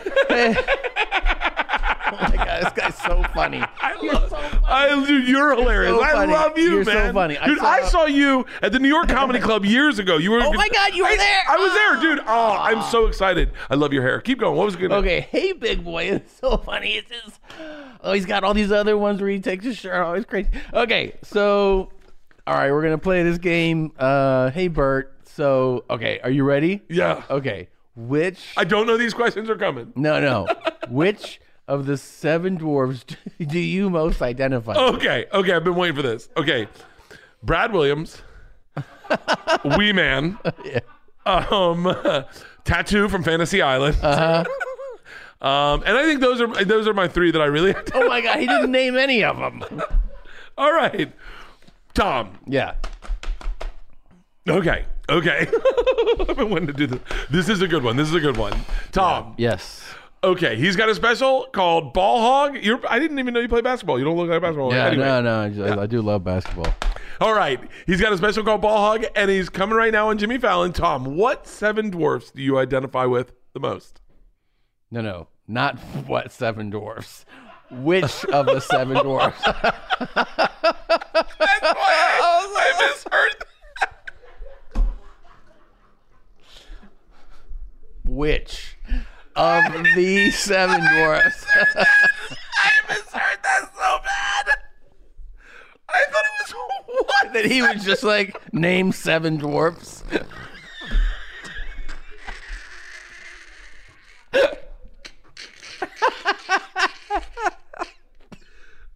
my god, this guy's so funny. I love, I, dude, you're hilarious. so I funny. love you, You're so man. funny. I dude, saw- I saw you at the New York Comedy Club years ago. You were. Oh my God, you were I- there. Ah. I was there, dude. Oh, I'm so excited. I love your hair. Keep going. What was good? Okay, hey big boy, it's so funny. It's just oh, he's got all these other ones where he takes his shirt off. It's crazy. Okay, so all right, we're gonna play this game. Uh, hey Bert. So okay, are you ready? Yeah. Okay, which I don't know these questions are coming. no no, which of the seven dwarves do you most identify? with? Okay, okay, I've been waiting for this. Okay, Brad Williams, Wee Man, um, Tattoo from Fantasy Island, Uh-huh. um, and I think those are those are my three that I really. Oh my god, he didn't name any of them. All right, Tom. Yeah. Okay, okay. I've been wanting to do this. This is a good one. This is a good one. Tom. Yes. Okay, he's got a special called Ball Hog. You're, I didn't even know you play basketball. You don't look like a basketball. Yeah. Anyway. No, no. I, just- I do love basketball. All right. He's got a special called Ball Hog, and he's coming right now on Jimmy Fallon. Tom, what seven dwarfs do you identify with the most? No, no, not what seven dwarfs. Which of the seven dwarfs? I misheard. Which of the seven dwarfs? I misheard that so bad. I thought it was what? that he was just like name seven dwarfs.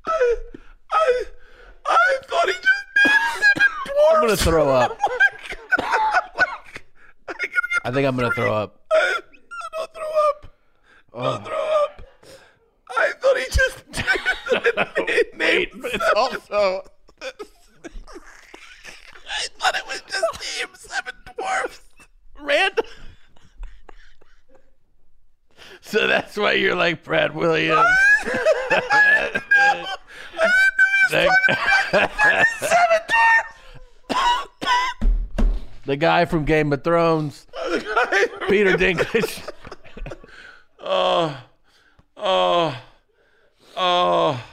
I, I thought he just named seven dwarfs. I'm gonna throw up. Oh my God. I'm like, I gotta get I think I'm gonna throw up. I, I'll throw up. Oh. I'll throw up. I thought he just named seven. Also, I thought it was just named seven dwarfs. Rand. So that's why you're like Brad Williams. The guy from Game of Thrones, Peter Dinklage. Oh, oh, oh,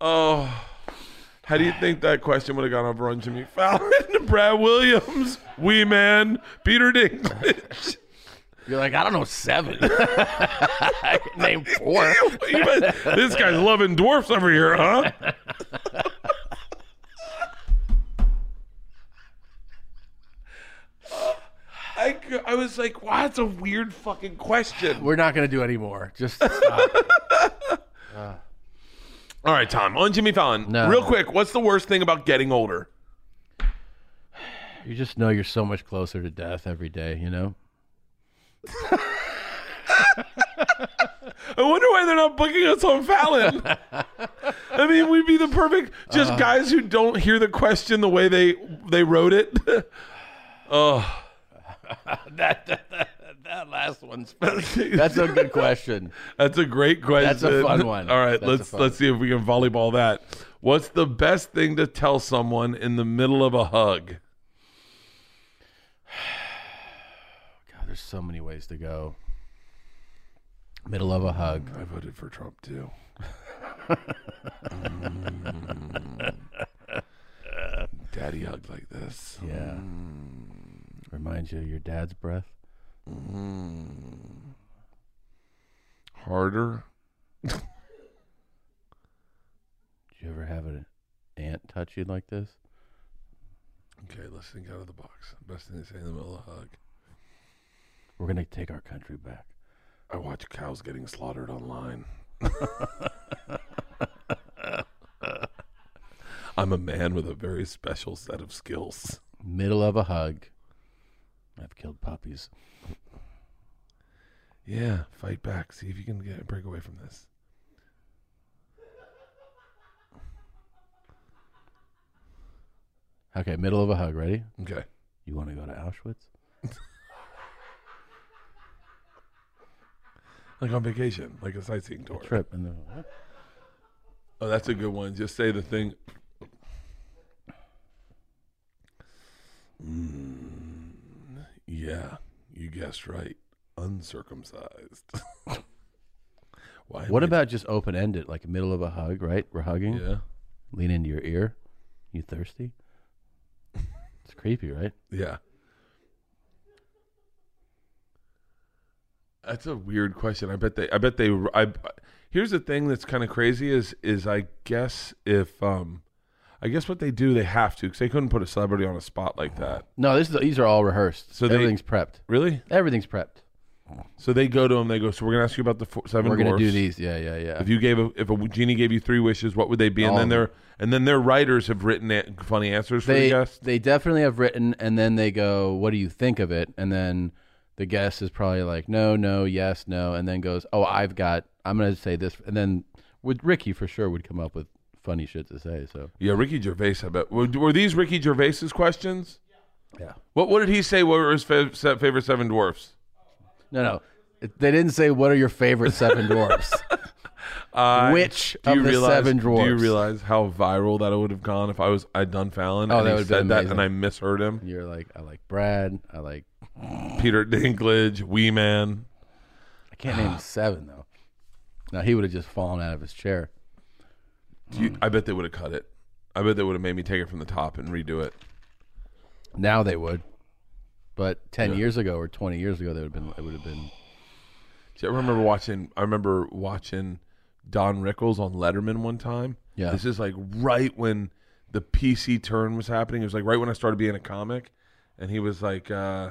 oh. How do you think that question would have gone over on Jimmy Fallon, Brad Williams, Wee Man, Peter Dinklage? You're like, I don't know, seven. I could name four. this guy's loving dwarfs over here, huh? I, c- I was like, wow, that's a weird fucking question. We're not going to do any more. Just stop. All right, Tom, on Jimmy Fallon, No. real quick, what's the worst thing about getting older? you just know you're so much closer to death every day, you know? I wonder why they're not booking us on Fallon. I mean, we'd be the perfect Uh. just guys who don't hear the question the way they they wrote it. oh, That, that, that, that last one's That's a good question. That's a great question. That's a fun one. All right, That's a let's fun let's see if we can volleyball that. What's the best thing to tell someone in the middle of a hug? God, there's so many ways to go. Middle of a hug. I voted for Trump too. Daddy hugged like this. Yeah. Hmm. Reminds you of your dad's breath. Harder. Did you ever have an aunt touch you like this? Okay, let's think out of the box. Best thing to say in the middle of a hug. We're going to take our country back. I watch cows getting slaughtered online. I'm a man with a very special set of skills. Middle of a hug. I've puppies. Yeah, fight back. See if you can get break away from this. Okay, middle of a hug. Ready? Okay. You want to go to Auschwitz? Like on vacation, like a sightseeing tour. Trip and the Oh, that's a good one. Just say the thing. Mm, yeah, you guessed right. Uncircumcised. Why? am What I- about just open ended, like middle of a hug? Right? We're hugging. Yeah, Lean into your ear. You thirsty? it's creepy, right? yeah. That's a weird question. I bet they. I bet they. I. Here's the thing that's kind of crazy is is I guess if um, I guess what they do they have to because they couldn't put a celebrity on a spot like that. No, this is these are all rehearsed. So So they- everything's prepped. Really? Everything's prepped. So they go to him. They go. So we're gonna ask you about the four, seven. We're gonna do dwarfs. these. Yeah, yeah, yeah. If you gave a, if a genie gave you three wishes, what would they be? And All then of their and then their writers have written a- funny answers for the they guests. they definitely have written, and then they go, "What do you think of it?" And then the guest is probably like, "No, no, yes, no," and then goes, "Oh, I've got. I'm gonna say this," and then with Ricky for sure would come up with funny shit to say. So Yeah, Ricky Gervais. I bet were, were these Ricky Gervais's questions? Yeah. What what did he say? What were his fav- se- favorite seven dwarfs? no, no. It- They didn't say what are your favorite seven dwarfs. Uh, Which do of you the realize, seven Do you dwarfs? realize how viral that would have gone if I was I'd done Fallon Oh, and that he would've said been that amazing. and I misheard him? You're like, I like Brad. I like. Peter Dinklage, Wee Man. I can't name seven though. Now he would have just fallen out of his chair. Do you- I bet they would have cut it. I bet they would have made me take it from the top and redo it. Now they would, but ten years ago or twenty years ago, they would have been. It would have been. See, I remember watching. I remember watching Don Rickles on Letterman one time. Yeah. this is like right when the PC turn was happening. It was like right when I started being a comic, and he was like, uh,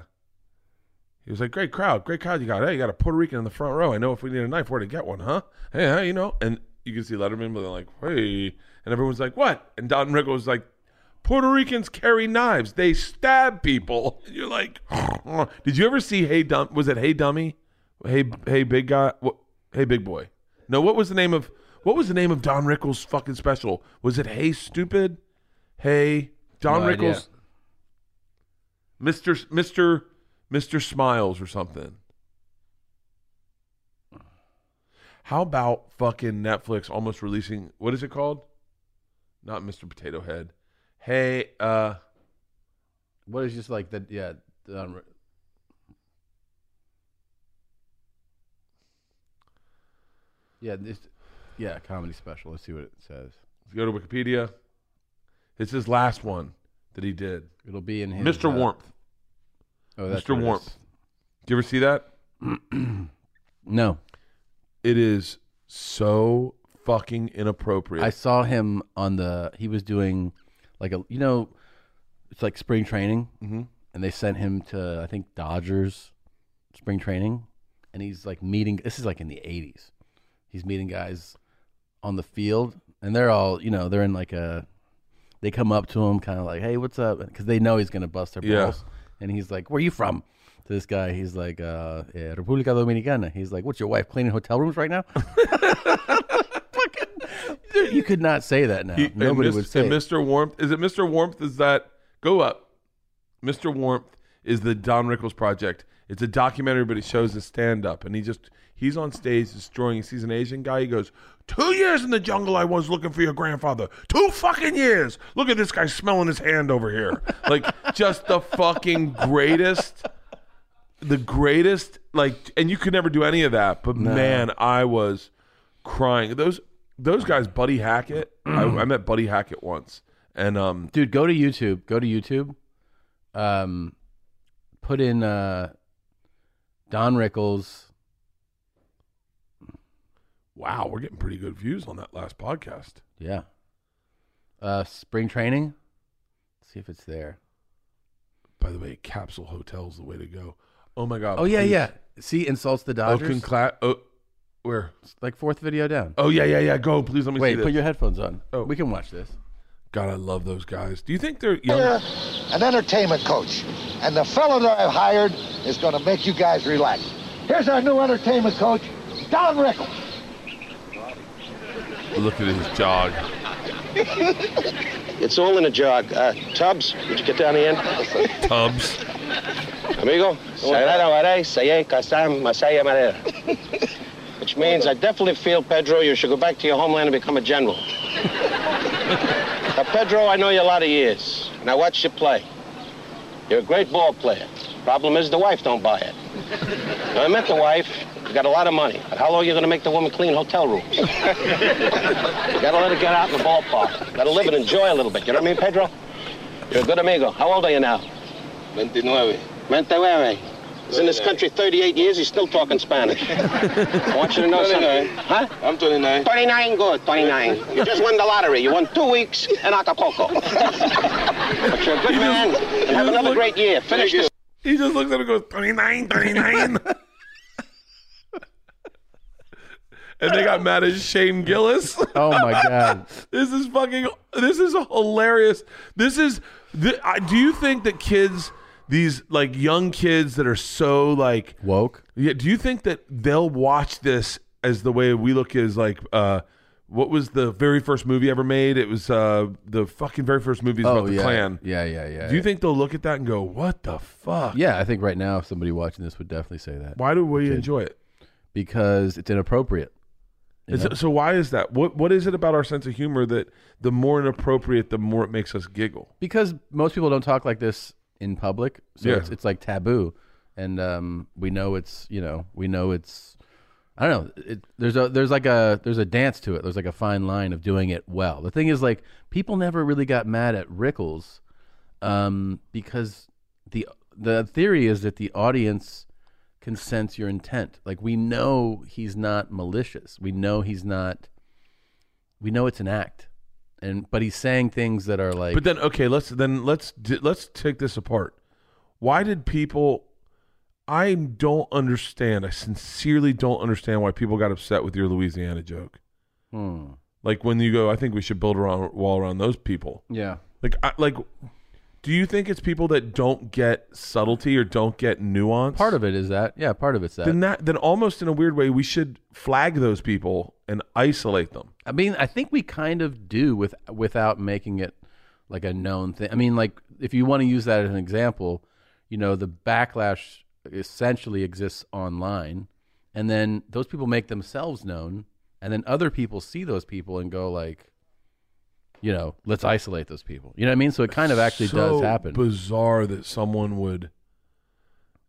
he was like, "Great crowd, great crowd. You got hey, you got a Puerto Rican in the front row. I know if we need a knife, where to get one, huh? Hey, huh, you know." And you can see Letterman, but they're like, "Hey," and everyone's like, "What?" And Don Rickles was like. Puerto Ricans carry knives. They stab people. And you're like, did you ever see Hey Dumb? Was it Hey Dummy? Hey, hey, big guy. What, hey, big boy. No, what was the name of what was the name of Don Rickles' fucking special? Was it Hey Stupid? Hey Don No idea. Rickles, Mister Mister Mister Smiles or something. How about fucking Netflix almost releasing what is it called? Not Mr. Potato Head. Hey, uh, What is just like the yeah. um, the unre- yeah, this, yeah, comedy special. Let's see what it says. go to Wikipedia. It's his last one that he did. It'll be in his Mr. uh, Warmth. Oh, that's Mr. what it Warmth. is. Do you ever see that? No, It is so fucking inappropriate. I saw him on the. He was doing like a you know, it's like spring training, Mhm. and they sent him to I think Dodgers spring training, and he's like meeting. This is like in the '80s. He's meeting guys on the field, and they're all you know they're in like a. They come up to him, kind of like, "Hey, what's up?" Because they know he's gonna bust their Yeah. balls, and he's like, "Where you from?" To this guy, he's like, uh, eh, "República Dominicana." He's like, "What's your wife cleaning hotel rooms right now?" Dude, you could not say that now. He- and Nobody Mis- would say. and it. Mr. Warmth. Is it Mr. Warmth? Is that go up? Mr. Warmth is the Don Rickles project. It's a documentary, but it shows his stand up, and he just he's on stage destroying. He sees an Asian guy. He goes, two years in the jungle. I was looking for your grandfather. Two fucking years. Look at this guy smelling his hand over here. Like just the fucking greatest." the greatest like and you could never do any of that but man i was crying those those guys buddy hackett I, I met buddy hackett once and um Dude, go to YouTube. Go to YouTube. Um, put in uh, Don Rickles. wow we're getting pretty good views on that last podcast Yeah. Uh, spring training. see if it's there. by the way capsule hotel's the way to go oh my god Oh yeah, please. yeah. See, insults the Dodgers. Oakland cla- oh, where It's like fourth video down. oh yeah yeah yeah go please let me see Wait, this put your headphones on. Oh. We can watch this. God, I love those guys. Do you think they're young? Uh, an entertainment coach. And the fellow that I've hired is going to make you guys relax. Here's our new entertainment coach, Don Rickles. Look at his jog. It's all in a jog. Uh, Tubbs, would you get down the end? Tubbs. Amigo, Serrano Are, Saye, Kasam, Masaya Marera. Which means I definitely feel, Pedro, you should go back to your homeland and become a general. now, Pedro, I know you a lot of years, and I watched you play. You're a great ball player. Problem is, the wife don't buy it. Now, I met the wife. You got a lot of money, but how long are you going to make the woman clean hotel rooms? you got to let her get out in the ballpark. Let her live and enjoy a little bit. You know what I mean, Pedro? You're a good amigo. How old are you now? 29. 29. He's in this country 38 years. He's still talking Spanish. I want you to know something. Huh? I'm 29. 29, good. 29. You just won the lottery. You won two weeks in Acapulco. but you're a good man. And have another great year. Finish this. He just looks at her and goes, 29, 29. and they got mad at Shane Gillis. Oh my god. This is fucking. This is hilarious. This is. Th- I, do you think that kids, these like young kids that are so like, Woke. yeah, do you think that they'll watch this as the way we look is like, uh, what was the very first movie ever made? It was uh, the fucking very first movie is about the Oh, yeah. Klan. Yeah, yeah, yeah. Do you think they'll look at that and go, what the fuck? Yeah, I think right now if somebody watching this would definitely say that Why do we enjoy it? because it's inappropriate. It's- So why is that? What what is it about our sense of humor that the more inappropriate, the more it makes us giggle? Because most people don't talk like this in public, so Yeah. it's, it's like taboo, and um, we know it's you know we know it's I don't know. It, there's a there's like a there's a dance to it. There's like a fine line of doing it well. The thing is like people never really got mad at Rickles um, because the the theory is that the audience can sense your intent. Like we know he's not malicious. We know he's not. We know it's an act, and but he's saying things that are like. But then okay, let's then let's d- let's take this apart. Why did people? I don't understand. I sincerely don't understand why people got upset with your Louisiana joke. Hmm. Like when you go, I think we should build a ro- wall around those people. Yeah. Like I, like, do you think it's people that don't get subtlety or don't get nuance? Part of it is that. Yeah, part of it's that. then that then almost in a weird way we should flag those people and isolate them. I mean, I think we kind of do with without making it like a known thing. I mean, like if you want to use that as an example, you know, the backlash essentially exists online, and then those people make themselves known, and then other people see those people and go like, you know, let's isolate those people. You know what I mean? So it kind of actually does So happen. Bizarre that someone would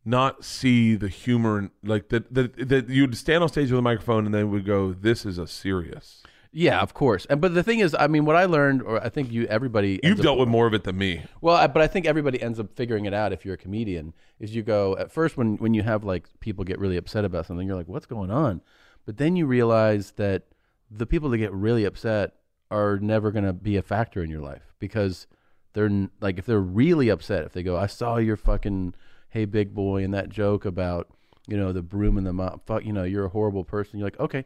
not see the humor, in- like that. That, that you'd stand on stage with a microphone and they would go, "This is a serious." yeah, of course. And but the thing is, I mean, what I learned, or I think you, everybody, ends You've up- dealt with more of it than me. Well, I, but I think everybody ends up figuring it out if you're a comedian. Is you go at first when when you have like people get really upset about something, you're like, "What's going on?" But then you realize that the people that get really upset are never going to be a factor in your life because they're n- like if they're really upset, if they go, "I saw your fucking hey big boy" and that joke about you know the broom and the mop, fuck, you know you're a horrible person. You're like, okay.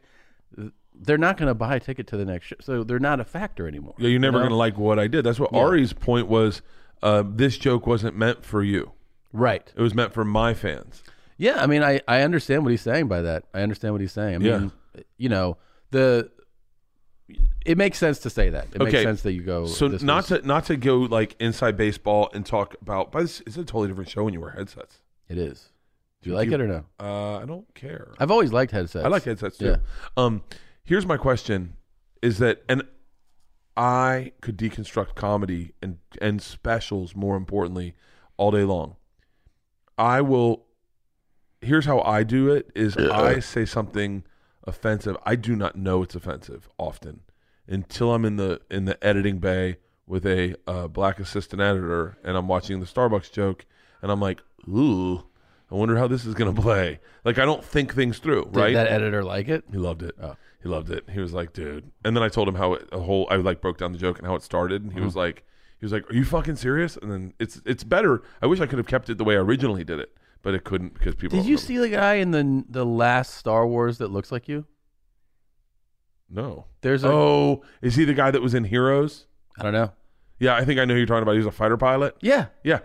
th- They're not going to buy a ticket to the next show, so they're not a factor anymore. Yeah, you're never gonna like what I did. That's what Ari's point was. Uh, this joke wasn't meant for you. Right. It was meant for my fans. Yeah, I mean, I, I understand what he's saying by that. I understand what he's saying. I mean, you know, the it makes sense to say that. It Okay. makes sense that you go. So this not was- to not to go like inside baseball and talk about. But it's, it's a totally different show when you wear headsets. it is. Do you like it or no? Uh, I don't care. I've always liked headsets. I like headsets too. Yeah. Um, here's my question: Is that and I could deconstruct comedy and and specials more importantly all day long. I will. Here's how I do it: is I say something offensive. I do not know it's offensive often until I'm in the in the editing bay with a uh, black assistant editor and I'm watching the Starbucks joke and I'm like, ooh. I wonder how this is going to play. Like, I don't think things through, Did right? that editor like it? He loved it. Oh. He loved it. He was like, dude. And then I told him how it, a whole I like broke down the joke and how it started, and he Mm-hmm. was like, he was like, are you fucking serious? And then it's it's better. I wish I could have kept it the way I originally did it, but it couldn't because people. Did don't you remember. see the guy in the the last Star Wars that looks like you? No. There's a oh, is Oh, he the guy that was in Heroes? I don't know. Yeah, I think I know who you're talking about. He was a fighter pilot. Yeah. Yeah.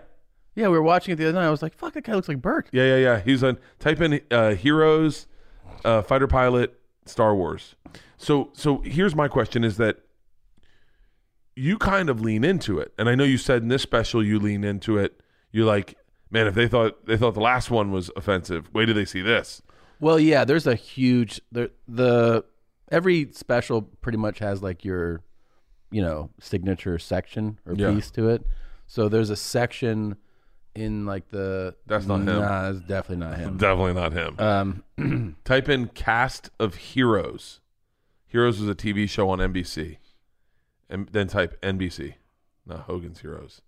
Yeah, we were watching it the other night. I was like, fuck, that guy looks like Bert. Yeah, yeah, yeah. He's on type in uh, heroes, uh, fighter pilot, Star Wars. So, so here's my question: Is that you kind of lean into it, and I know you said in this special you lean into it. You're like, man, if they thought they thought the last one was offensive, wait till they see this. Well, yeah, there's a huge the the every special pretty much has like your you know signature section or Yeah. piece to it. So there's a section in like the That's not him. Nah, that's definitely not him. Definitely not him. Um, type in cast of heroes. Heroes was a TV show on NBC, and then type NBC, not Hogan's Heroes.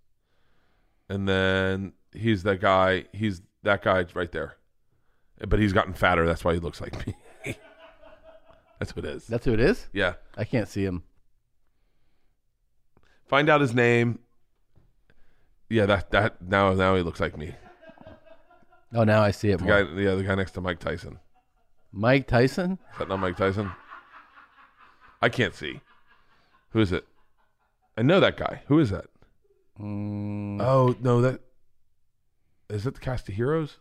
And then he's that guy. He's that guy right there, but he's gotten fatter. That's why he looks like me. that's what it is. that's who it is. yeah. I can't see him. Find out his name. Yeah, that that now now he looks like me. Oh, now I see it. The more. guy, yeah, the guy next to Mike Tyson. Mike Tyson. Is that not Mike Tyson? I can't see. Who is it? I know that guy. Who is that? Mm. Oh no, that is that the cast of Heroes.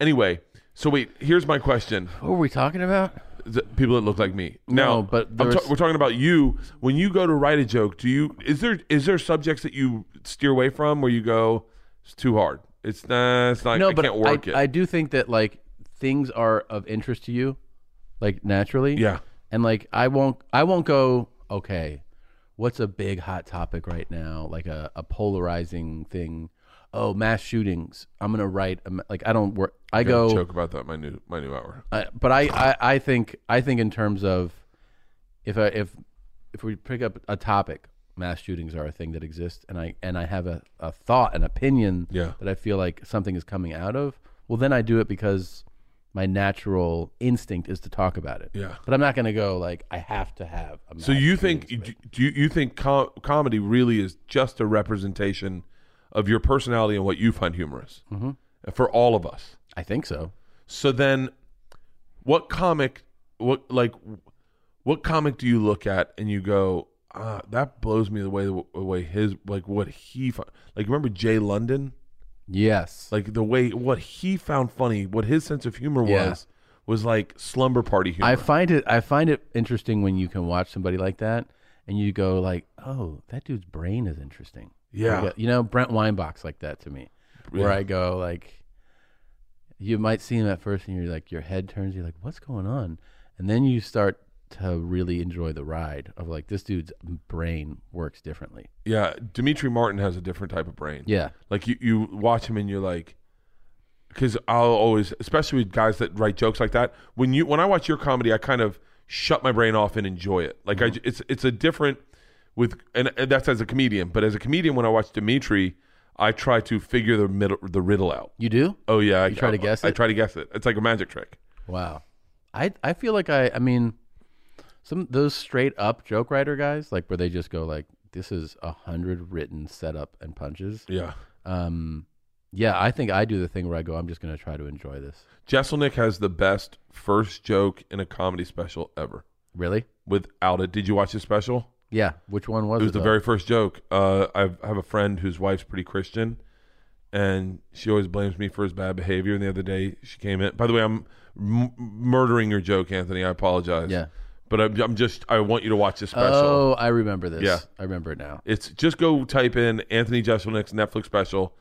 Anyway, so wait. Here's my question: What were we talking about? The people that look like me. Now, No, but I'm there's- ta- we're talking about you. When you go to write a joke, do you is there is there subjects that you steer away from where you go? It's too hard. It's nah, it's not. no, I but can't work I, it. I do think that like things are of interest to you, like naturally. yeah, and like i won't i won't go okay what's a big hot topic right now like a, a polarizing thing oh mass shootings i'm gonna write a, ma- like i don't work i I go joke about that. My new my new hour. I, Uh, but I, I i think i think in terms of if i if if we pick up a topic mass shootings are a thing that exists and i and i have a, a thought an opinion Yeah. that i feel like something is coming out of well then i do it because my natural instinct is to talk about it Yeah. but i'm not going to go like i have to have a So you think do you, you think com- comedy really is just a representation of your personality and what you find humorous Mm-hmm. for all of us? i think so So then, what comic, what like, what comic do you look at and you go, ah, that blows me away the way his like what he fi-. like remember Jay London yes like the way what he found funny, what his sense of humor Yeah. was was like slumber party humor. I find it I find it interesting when you can watch somebody like that and you go like, "Oh, that dude's brain is interesting." Yeah. Like, uh, you know, Brent Weinbach's like that to me. Where Yeah. I go like you might see him at first and you're like your head turns, you're like, "What's going on?" And then you start to really enjoy the ride of like this dude's brain works differently. yeah, Dimitri Martin has a different type of brain. Yeah. Like you, you watch him and you're like, because I'll always, especially with guys that write jokes like that. When you when I watch your comedy, I kind of shut my brain off and enjoy it. Like I j it's it's a different with and, and that's as a comedian. But as a comedian, when I watch Dimitri, I try to figure the middle the riddle out. You do? Oh yeah, I try to guess I, it? try to guess it. It's like a magic trick. Wow. I I feel like I I mean some those straight up joke writer guys like where they just go like this is a hundred written setup and punches. Yeah. Um, yeah, I think I do the thing where I go I'm just gonna try to enjoy this. Jesselnick has the best first joke in a comedy special ever. Really? Without it, did you watch his special? Yeah. Which one was it? It was the though? very first joke. Uh, I've- I have a friend whose wife's pretty Christian, and she always blames me for his bad behavior. And the other day she came in. By the way, I'm m- murdering your joke, Anthony. I apologize. Yeah. But I'm, I'm just. I want you to watch this special. Oh, I remember this. Yeah. I remember it now. It's just go type in Anthony Jeselnik's Netflix special.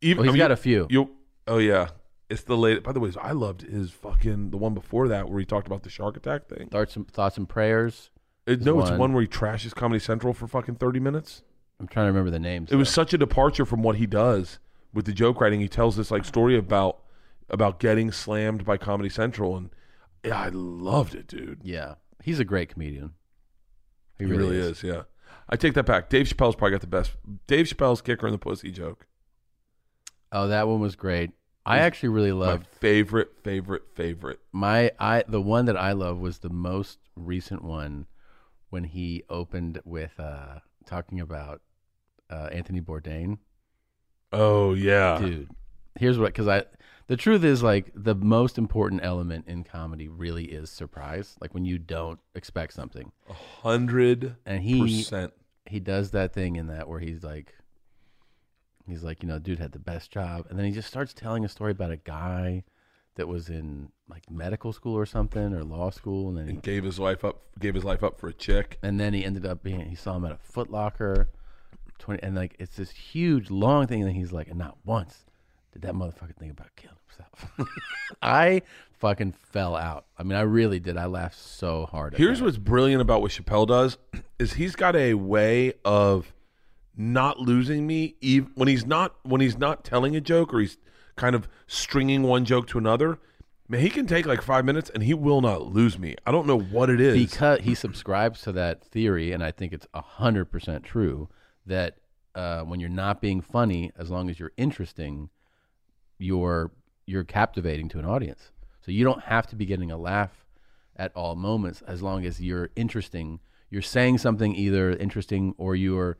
Even Well, he's got you- a few. You. Oh yeah. It's the late. By the way, I loved his fucking the one before that where he talked about the shark attack thing. Thoughts and thoughts and prayers. It, no, it's one. one where he trashes Comedy Central for fucking thirty minutes. I'm trying to remember the names. It was such a departure from what he does with the joke writing. He tells this like story about about getting slammed by Comedy Central, and yeah, I loved it, dude. yeah. He's a great comedian. He, He really is. Yeah, I take that back. Dave Chappelle's probably got the best. Dave Chappelle's kicker in the pussy joke. Oh, that one was great. I actually really My loved favorite, favorite, favorite. my I the one that I love was the most recent one when he opened with uh talking about uh Anthony Bourdain. Oh yeah, Dude, here's what cuz I the truth is like the most important element in comedy really is surprise, like when you don't expect something. hundred And he percent. he does that thing in that where he's like, he's like, you know, dude had the best job, and then he just starts telling a story about a guy that was in like medical school or something or law school, and then he, Gave his life up. Gave his life up for a chick. and then he ended up being he saw him at a Foot Locker, twenty, and like it's this huge long thing, and then he's like, and not once did that motherfucker think about killing himself. I fucking fell out. I mean, I really did. I laughed so hard. At Here's that. what's brilliant about what Chappelle does is he's got a way of not losing me even when he's not when he's not telling a joke or he's kind of stringing one joke to another. Man, he can take like five minutes and he will not lose me. I don't know what it is. because he subscribes to that theory, and I think it's hundred percent true that uh, when you're not being funny, as long as you're interesting, you're you're captivating to an audience. So you don't have to be getting a laugh at all moments, as long as you're interesting. You're saying something either interesting or you're,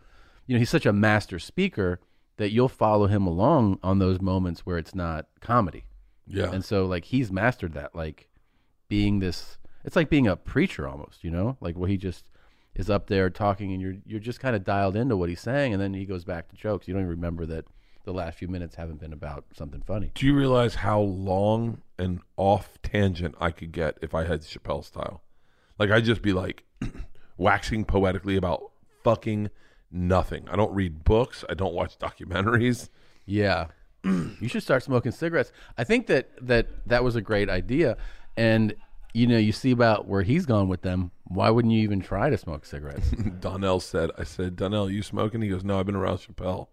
you know, he's such a master speaker that you'll follow him along on those moments where it's not comedy. yeah, And so like he's mastered that, like being this it's like being a preacher almost, you know? Like where he just is up there talking and you're you're just kind of dialed into what he's saying and then he goes back to jokes. You don't even remember that the last few minutes haven't been about something funny. Do you realize how long and off tangent I could get if I had Chappelle style? Like I'd just be like waxing poetically about fucking nothing. I don't read books. I don't watch documentaries. Yeah. you should start smoking cigarettes. I think that that that was a great idea and you know, you see about where he's gone with them. Why wouldn't you even try to smoke cigarettes? Donnell said, I said, Donnell, you smoking? He goes, No, I've been around Chappelle.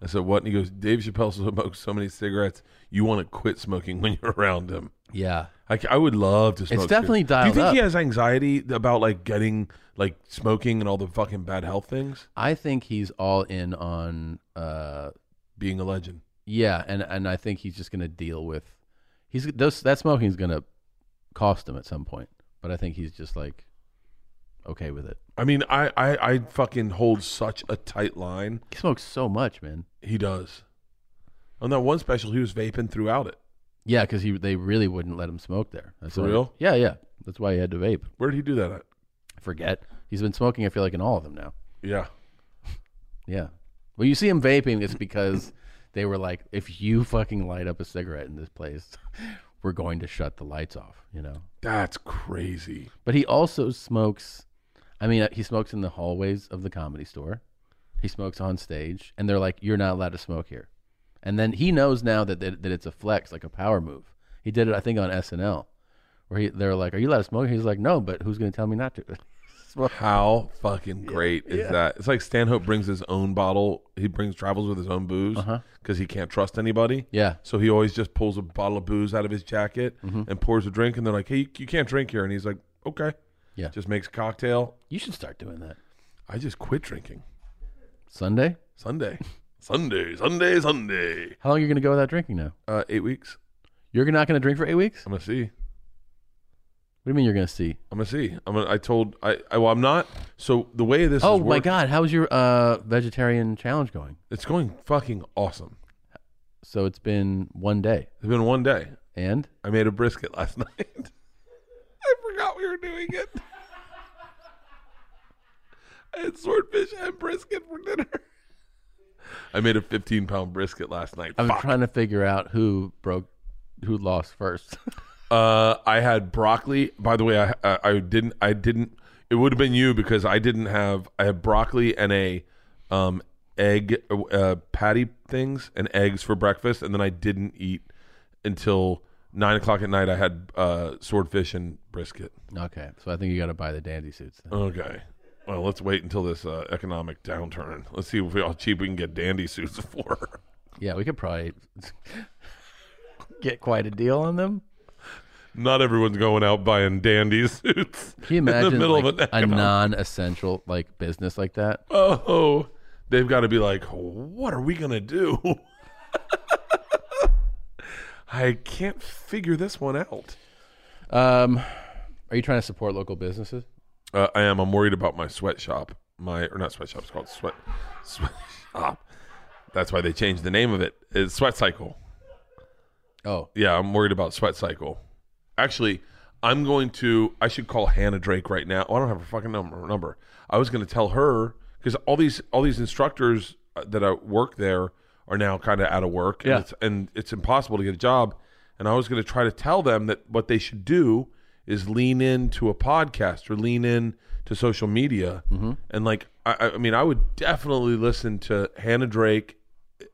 I said, What? And he goes, Dave Chappelle smokes so many cigarettes, you want to quit smoking when you're around him. yeah. I, c- I would love to smoke. cig- definitely Do you dialed think he up. has anxiety about like getting like smoking and all the fucking bad health things? I think he's all in on uh Being a legend. Yeah, and and I think he's just going to deal with he's those that smoking's going to cost him at some point. But I think he's just like okay with it. I mean, I, I, I fucking hold such a tight line. He smokes so much, man. He does. On that one special, he was vaping throughout it. Yeah, because he they really wouldn't let him smoke there. That's For why- real? Yeah, yeah. That's why he had to vape. Where did he do that at? I forget. He's been smoking. I feel like in all of them now. Yeah. Yeah. When you see him vaping, it's because they were like, if you fucking light up a cigarette in this place, we're going to shut the lights off. You know. That's crazy. But he also smokes. I mean, uh, he smokes in the hallways of the comedy store. He smokes on stage, and they're like, "You're not allowed to smoke here." And then he knows now that that, that it's a flex, like a power move. He did it, I think, on SNL, where he, they're like, "Are you allowed to smoke?" He's like, "No, but who's going to tell me not to?" Smoke. How fucking great is that? It's like Stanhope brings his own bottle. He brings travels with his own booze because he can't trust anybody. Uh-huh. Yeah. Mm-hmm. So he always just pulls a bottle of booze out of his jacket and pours a drink, and they're like, "Hey, you, you can't drink here," and he's like, "Okay." Yeah. Just makes a cocktail. You should start doing that I just quit drinking Sunday. Sunday, Sunday, Sunday, Sunday. How long are you going to go without drinking now? Uh, eight weeks. You're not going to drink for eight weeks. What I'm gonna see. do you mean you're going to see? I'm gonna see. I'm gonna. I told. I. I well, I'm not. So the way this. oh is my work- God, how's your uh, vegetarian challenge going? It's going fucking awesome. So it's been one day, It's been one day. and I made a brisket last night. I forgot we were doing it. I had swordfish and brisket for dinner. I made a 15 pound brisket last night. I'm Fuck. trying to figure out who broke, who lost first. Uh, I had broccoli. By the way, I, I I didn't I didn't. It would have been you because I didn't have. I had broccoli and a um egg uh, patty things and eggs for breakfast, and then I didn't eat until nine o'clock at night. I had uh, swordfish and brisket. okay, so I think you got to buy the dandy suits. Then. Okay. Well, let's wait until this uh, economic downturn. Let's see if we, how cheap we can get dandy suits for. Yeah, we could probably get quite a deal on them. Not everyone's going out buying dandy suits Can you imagine in the middle like, of an a economic non-essential like business like that? oh, they've got to be like, what are we going to do? I can't figure this one out. Um, are you trying to support local businesses? Uh, I am. I'm worried about my sweatshop. My or not sweatshop. It's called sweat sweatshop. That's why they changed the name of it. It's Sweat Cycle. Oh, Yeah, I'm worried about Sweat Cycle. Actually, I'm going to. I should call Hannah Drake right now. Oh, I don't have her fucking number. Number. I was going to tell her because all these all these instructors uh, that I work there are now kind of out of work. And Yeah. it's, and it's impossible to get a job. And I was going to try to tell them that what they should do is lean into a podcast or lean in to social media. And like, I, I- I mean, I would definitely listen to Hannah Drake.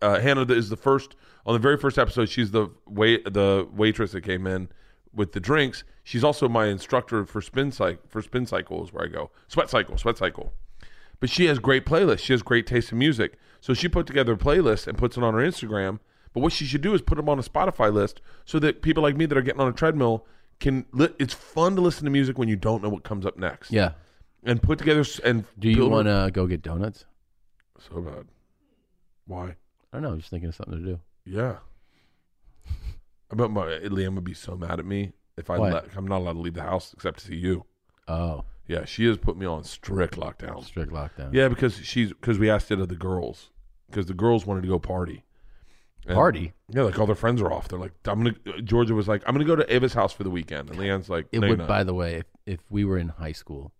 Uh, Hannah is the first on the very first episode. She's the wait the waitress that came in with the drinks. She's also my instructor for spin cycle for spin cycles where I go sweat cycle sweat cycle. But she has great playlists. She has great taste in music. So she put together a playlist and puts it on her Instagram. But what she should do is put them on a Spotify list so that people like me that are getting on a treadmill can. Li- it's fun to listen to music when you don't know what comes up next. Yeah. And put together s- and Do you build- want to go get donuts? so bad? Why? I don't know. I'm just thinking of something to do. Yeah. I bet my Liam would be so mad at me if I Why? let. I'm not allowed to leave the house except to see you. Oh, Yeah, she has put me on strict lockdown. strict lockdown. Yeah, because she's because we asked it of the girls because the girls wanted to go party. And- Party? Yeah, like all their friends are off. They're like, I'm gonna. Georgia was like, I'm gonna go to Ava's house for the weekend, and Leanne's like, It no, you're would, not. by the way, if, if we were in high school,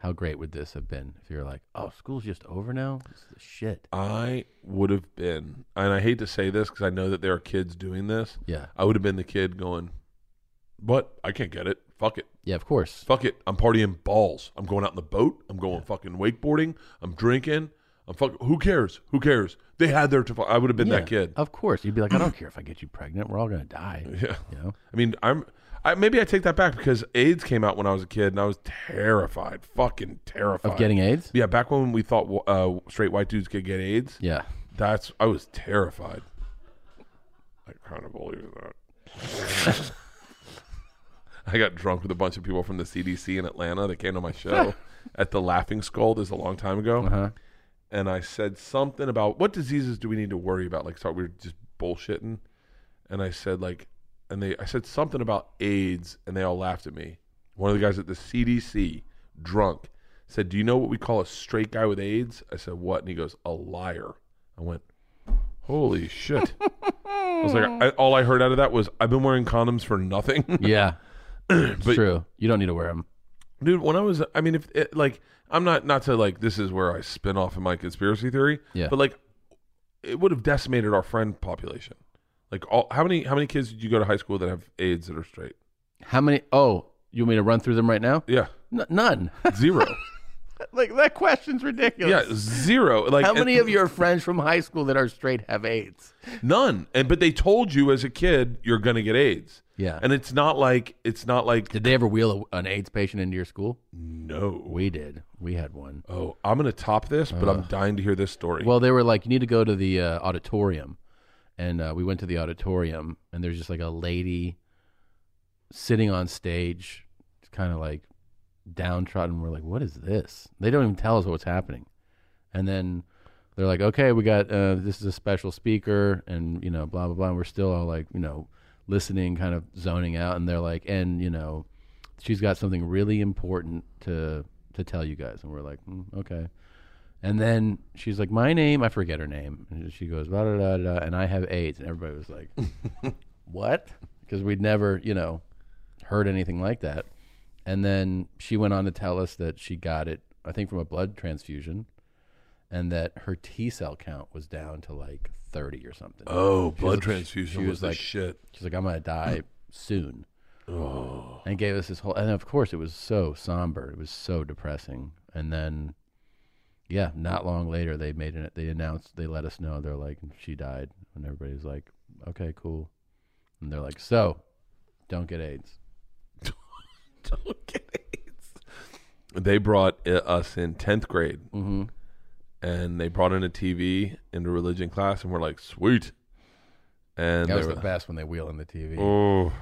how great would this have been? If you're like, oh, school's just over now? This is the shit. I would have been, and I hate to say this because I know that there are kids doing this. Yeah. I would have been the kid going, but I can't get it. Fuck it. Yeah, of course. Fuck it. I'm partying balls. I'm going out in the boat. I'm going fucking wakeboarding. I'm drinking. I'm fuck. Who cares? Who cares? They had their. To- I would have been Yeah, Oh, that kid. Of course. You'd be like, I don't care if I get you pregnant. We're all going to die. Yeah. You know? I mean, I'm. I, maybe I take that back because AIDS came out when I was a kid, and I was terrified, fucking terrified Of getting AIDS? Yeah, back when we thought uh, straight white dudes could get AIDS, Yeah. that's I was terrified. I kind of believe that. I got drunk with a bunch of people from the CDC in Atlanta that came to my show at the Laughing Skull. This is a long time ago, Uh-huh. and I said something about what diseases do we need to worry about? Like, so we were just bullshitting, and I said like, and they, I said something about AIDS, and they all laughed at me. One of the guys at the CDC, drunk, said, "Do you know what we call a straight guy with AIDS?" I said, "What?" And he goes, "A liar." I went, "Holy shit!" I was like, I, all I heard out of that was, "I've been wearing condoms for nothing." Yeah. It's true. You don't need to wear them. dude when i was i mean if it, like i'm not not to like this is where i spin off in my conspiracy theory Yeah. but like it would have decimated our friend population like all how many how many kids did you go to high school that have aids that are straight How many? Oh, you want me to run through them right now? yeah N- none. zero Like that question's ridiculous. yeah zero like How many and- of your friends from high school that are straight have AIDS? none and but they told you as a kid you're gonna get aids Yeah. and it's not like it's not like Did they ever wheel a, an AIDS patient into your school? no We did. We had one. oh i'm gonna top this but i'm dying to hear this story Well, they were like, you need to go to the uh, auditorium. And uh, we went to the auditorium, and there's just like a lady sitting on stage, kind of like downtrodden. We're like, what is this? They don't even tell us what's happening. And then they're like, okay, we got uh, this is a special speaker, and you know, blah blah blah. And we're still all like, you know, listening, kind of zoning out. And they're like, and you know, she's got something really important to to tell you guys. And we're like, mm, okay. And then she's like, my name, I forget her name. And she goes, da da da da, and I have AIDS. And everybody was like, what? Because we'd never, you know, heard anything like that. And then she went on to tell us that she got it, I think, from a blood transfusion, and that her T cell count was down to like 30 or something. oh blood like- transfusion she was, was the like- shit She's like, I'm going to die Mm. soon. Oh. And gave us this whole, and of course, it was so somber. It was so depressing. And then, yeah, not long later, they made it, they announced, they let us know, they're like, she died. And everybody's like, okay, cool. And they're like, so don't get AIDS. they brought i- us in 10th grade and they brought in a TV into religion class and we're like, sweet. And That they was were, the best when they wheel in the TV. oh,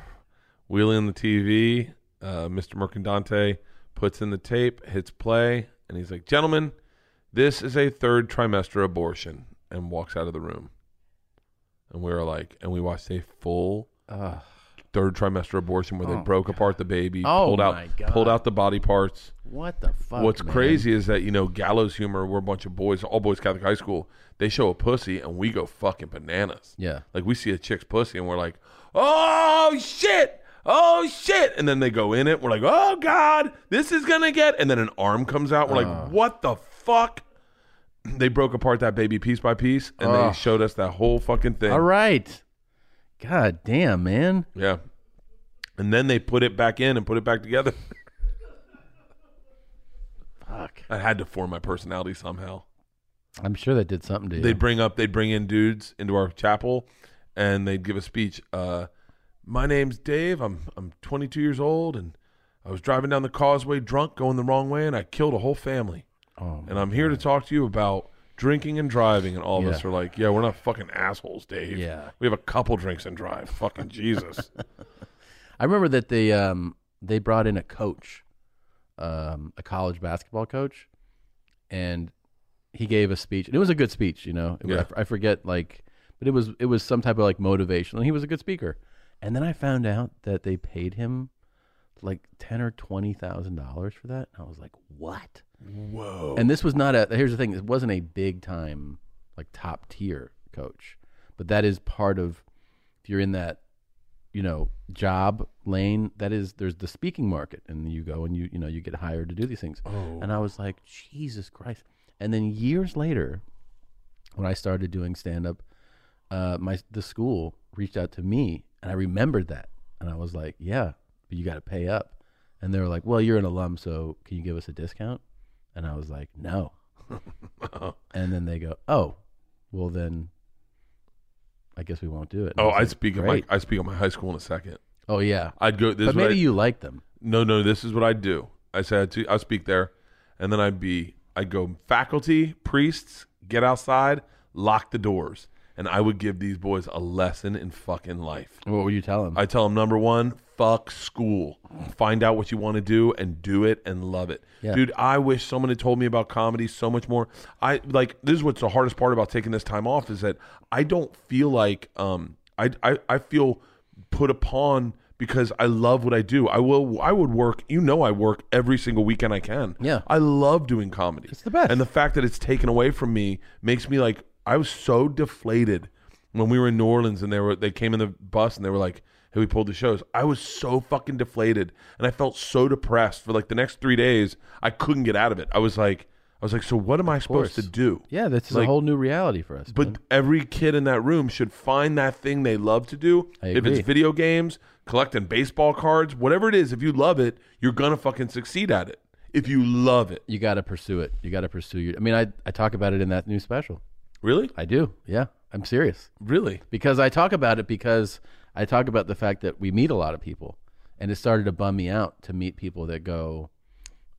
wheeling the TV. Uh, Mr. Mercandante puts in the tape, hits play, and he's like, gentlemen, this is a third trimester abortion and walks out of the room. And we were like, and we watched a full Ugh. third trimester abortion where they broke apart the baby, Oh, pulled out my God. pulled out the body parts. What the fuck? What's man? crazy is that you know gallows humor. We're a bunch of boys, all boys Catholic high school. They show a pussy and we go fucking bananas. Yeah. like we see a chick's pussy and we're like, oh shit, oh shit, and then they go in it. We're like, Uh. oh god, this is gonna get. And then an arm comes out. We're like, what the fuck? they broke apart that baby piece by piece, and they Ugh. showed us that whole fucking thing. All right. God damn, man. Yeah. And then they put it back in and put it back together. Fuck. I had to form my personality somehow. I'm sure that did something to you. They'd bring up, they'd bring in dudes into our chapel, and they'd give a speech. Uh, my name's Dave. I'm I'm 22 years old, and I was driving down the causeway drunk, going the wrong way, and I killed a whole family. Oh, and I'm here to talk to you about drinking and driving. And all of us Yeah. are like, "Yeah, we're not fucking assholes, Dave. Yeah. we have a couple drinks and drive. Fucking Jesus." I remember that they um they brought in a coach, um, a college basketball coach, and he gave a speech. And it was a good speech, you know. It was- Yeah. I f- I, forget like, but it was it was some type of like motivational. And he was a good speaker. And then I found out that they paid him like ten or twenty thousand dollars for that. And I was like, what? Whoa! And this was not a. Here's the thing. This wasn't a big time like top tier coach, but that is part of if you're in that you know job lane that is there's the speaking market and you go and you you know you get hired to do these things Oh. and i was like jesus christ and then years later when i started doing stand up uh my the school reached out to me and i remembered that and i was like yeah but you got to pay up and they were like well you're an alum so can you give us a discount and i was like no and then they go oh well then i guess we won't do it And oh, was I like, speak of my "Great." I speak of my high school in a second. oh yeah I'd go. This but is what maybe I- you like them. no, no, this is what I do. I said to I speak there, and then I'd be I'd go faculty, priests, get outside, lock the doors, and I would give these boys a lesson in fucking life. What were you telling? I tell them number one, fuck school. Find out what you want to do and do it and love it. Yeah. Dude, I wish someone had told me about comedy so much more. I like this is what's the hardest part about taking this time off is that I don't feel like um I I, I feel put upon because I love what I do. I will I would work, you know I work every single weekend I can. Yeah. I love doing comedy. It's the best. And the fact that it's taken away from me makes me like I was so deflated when we were in New Orleans and they were they came in the bus and they were like, "Hey, we pulled the shows." I was so fucking deflated and I felt so depressed for like the next three days. I couldn't get out of it. I was like, I was like, "So what am I supposed to course. do?" yeah, that's like- a whole new reality for us. But man. every kid in that room should find that thing they love to do. I If it's agree. video games, collecting baseball cards, whatever it is, if you love it, you're gonna fucking succeed at it. If you love it, you got to pursue it. You got to pursue your. I mean, I I talk about it in that new special. really, I do. Yeah, I'm serious really, because I talk about it because I talk about the fact that we meet a lot of people, and it started to bum me out to meet people that go,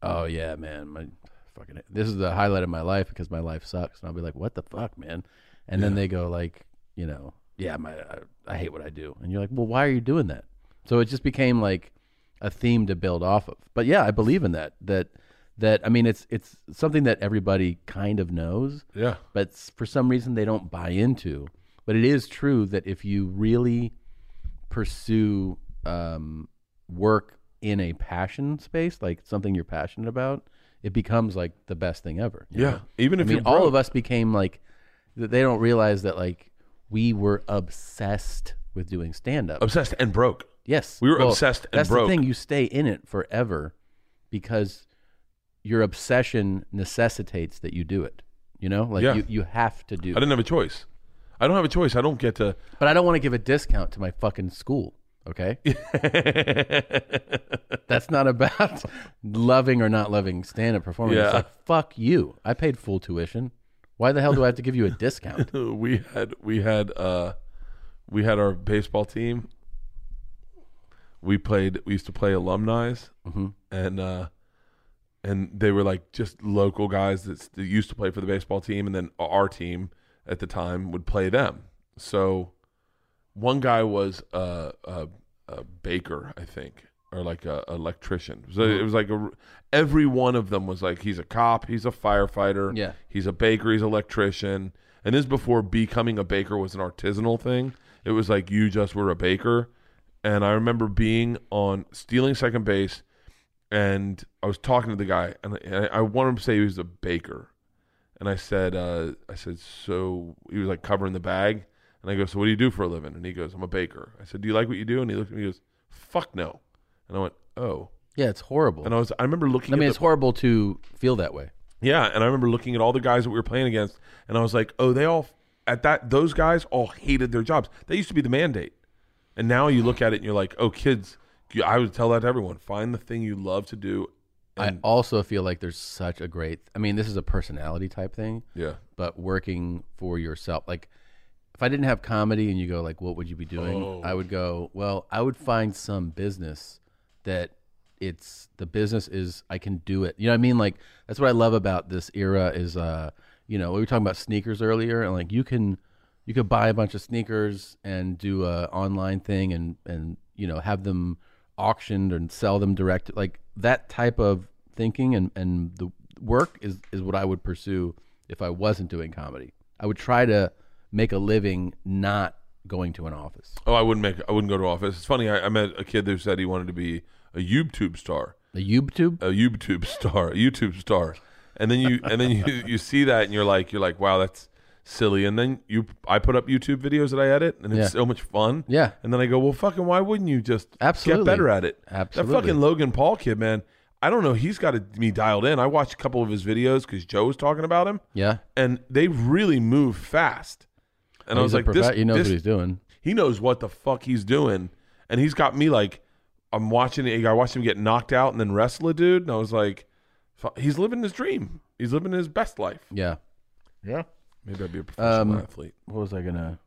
"Oh yeah, man, my fucking this is the highlight of my life because my life sucks," and I'll be like, "What the fuck, man?" And then they go like, you know, "Yeah, my I, I hate what I do," and you're like, "Well, why are you doing that?" So it just became like a theme to build off of. But yeah, I believe in that. That that I mean, it's it's something that everybody kind of knows yeah. but s- for some reason they don't buy into. But it is true that if you really pursue um, work in a passion space, like something you're passionate about, it becomes like the best thing ever. you Yeah, know? even I if mean, you're all broke. of us became like th- they don't realize that like we were obsessed with doing stand up. obsessed and broke. Yes, We were obsessed and that's broke. the thing; you stay in it forever because your obsession necessitates that you do it. You know, like Yeah. you, you have to do. I didn't have a choice. I don't have a choice. I don't get to. But I don't want to give a discount to my fucking school. Okay, that's not about loving or not loving stand-up performance. Yeah. It's like fuck you. I paid full tuition. Why the hell do I have to give you a discount? we had we had uh, we had our baseball team. We played. We used to play alumni's, and uh, and they were like just local guys that's- that used to play for the baseball team, and then our team at the time would play them. So one guy was a, a, a baker, I think, or like a electrician. So it was like a, every one of them was like he's a cop, he's a firefighter, Yeah. he's a baker, he's an electrician. And this is before becoming a baker was an artisanal thing. It was like you just were a baker. And I remember being on stealing second base, and I was talking to the guy, and I, I wanted him to say he was a baker, and I said, uh, I said, so he was like covering the bag, and I go, so what do you do for a living? And he goes, I'm a baker. I said, do you like what you do? And he looked at me, and he goes, fuck no. And I went, oh. yeah, it's horrible. And I was, I remember looking. I mean, at it's the, horrible to feel that way. Yeah, and I remember looking at all the guys that we were playing against, and I was like, oh, they all at that those guys all hated their jobs. That used to be the mandate, and now you look at it and you're like, oh, kids. you- I would tell that to everyone: find the thing you love to do. I also feel like there's such a great. I mean, this is a personality type thing, Yeah, but working for yourself. Like, if I didn't have comedy, and you go like, "What would you be doing?" I would go, "Well, I would find some business that it's the business is I can do it." You know what I mean? Like that's what I love about this era is, uh, you know, we were talking about sneakers earlier, and like you can you could buy a bunch of sneakers and do a online thing and and you know have them auctioned and sell them direct like that type of thinking and and the work is is what I would pursue if I wasn't doing comedy. I would try to make a living not going to an office. Oh, I wouldn't make. I wouldn't go to office. It's funny. I, I met a kid who said he wanted to be a YouTube star, A YouTube? a YouTube star, a YouTube star. And then you and then you you see that and you're like you're like wow that's silly. And then you I put up YouTube videos that I edit and it's Yeah. so much fun. Yeah. And then I go well fucking why wouldn't you just Absolutely. get better at it? Absolutely. That fucking Logan Paul kid man. I don't know. He's got a, me dialed in. I watched a couple of his videos because Joe was talking about him, Yeah. and they really move fast. And I was Oh, He's a like, profe- this, he knows this what he's doing. he knows what the fuck he's doing, and he's got me like, I'm watching. I watched him get knocked out and then wrestle a dude, and I was like, fu- he's living his dream. He's living his best life. Yeah. Maybe I'd be a professional Um, athlete. What was I going to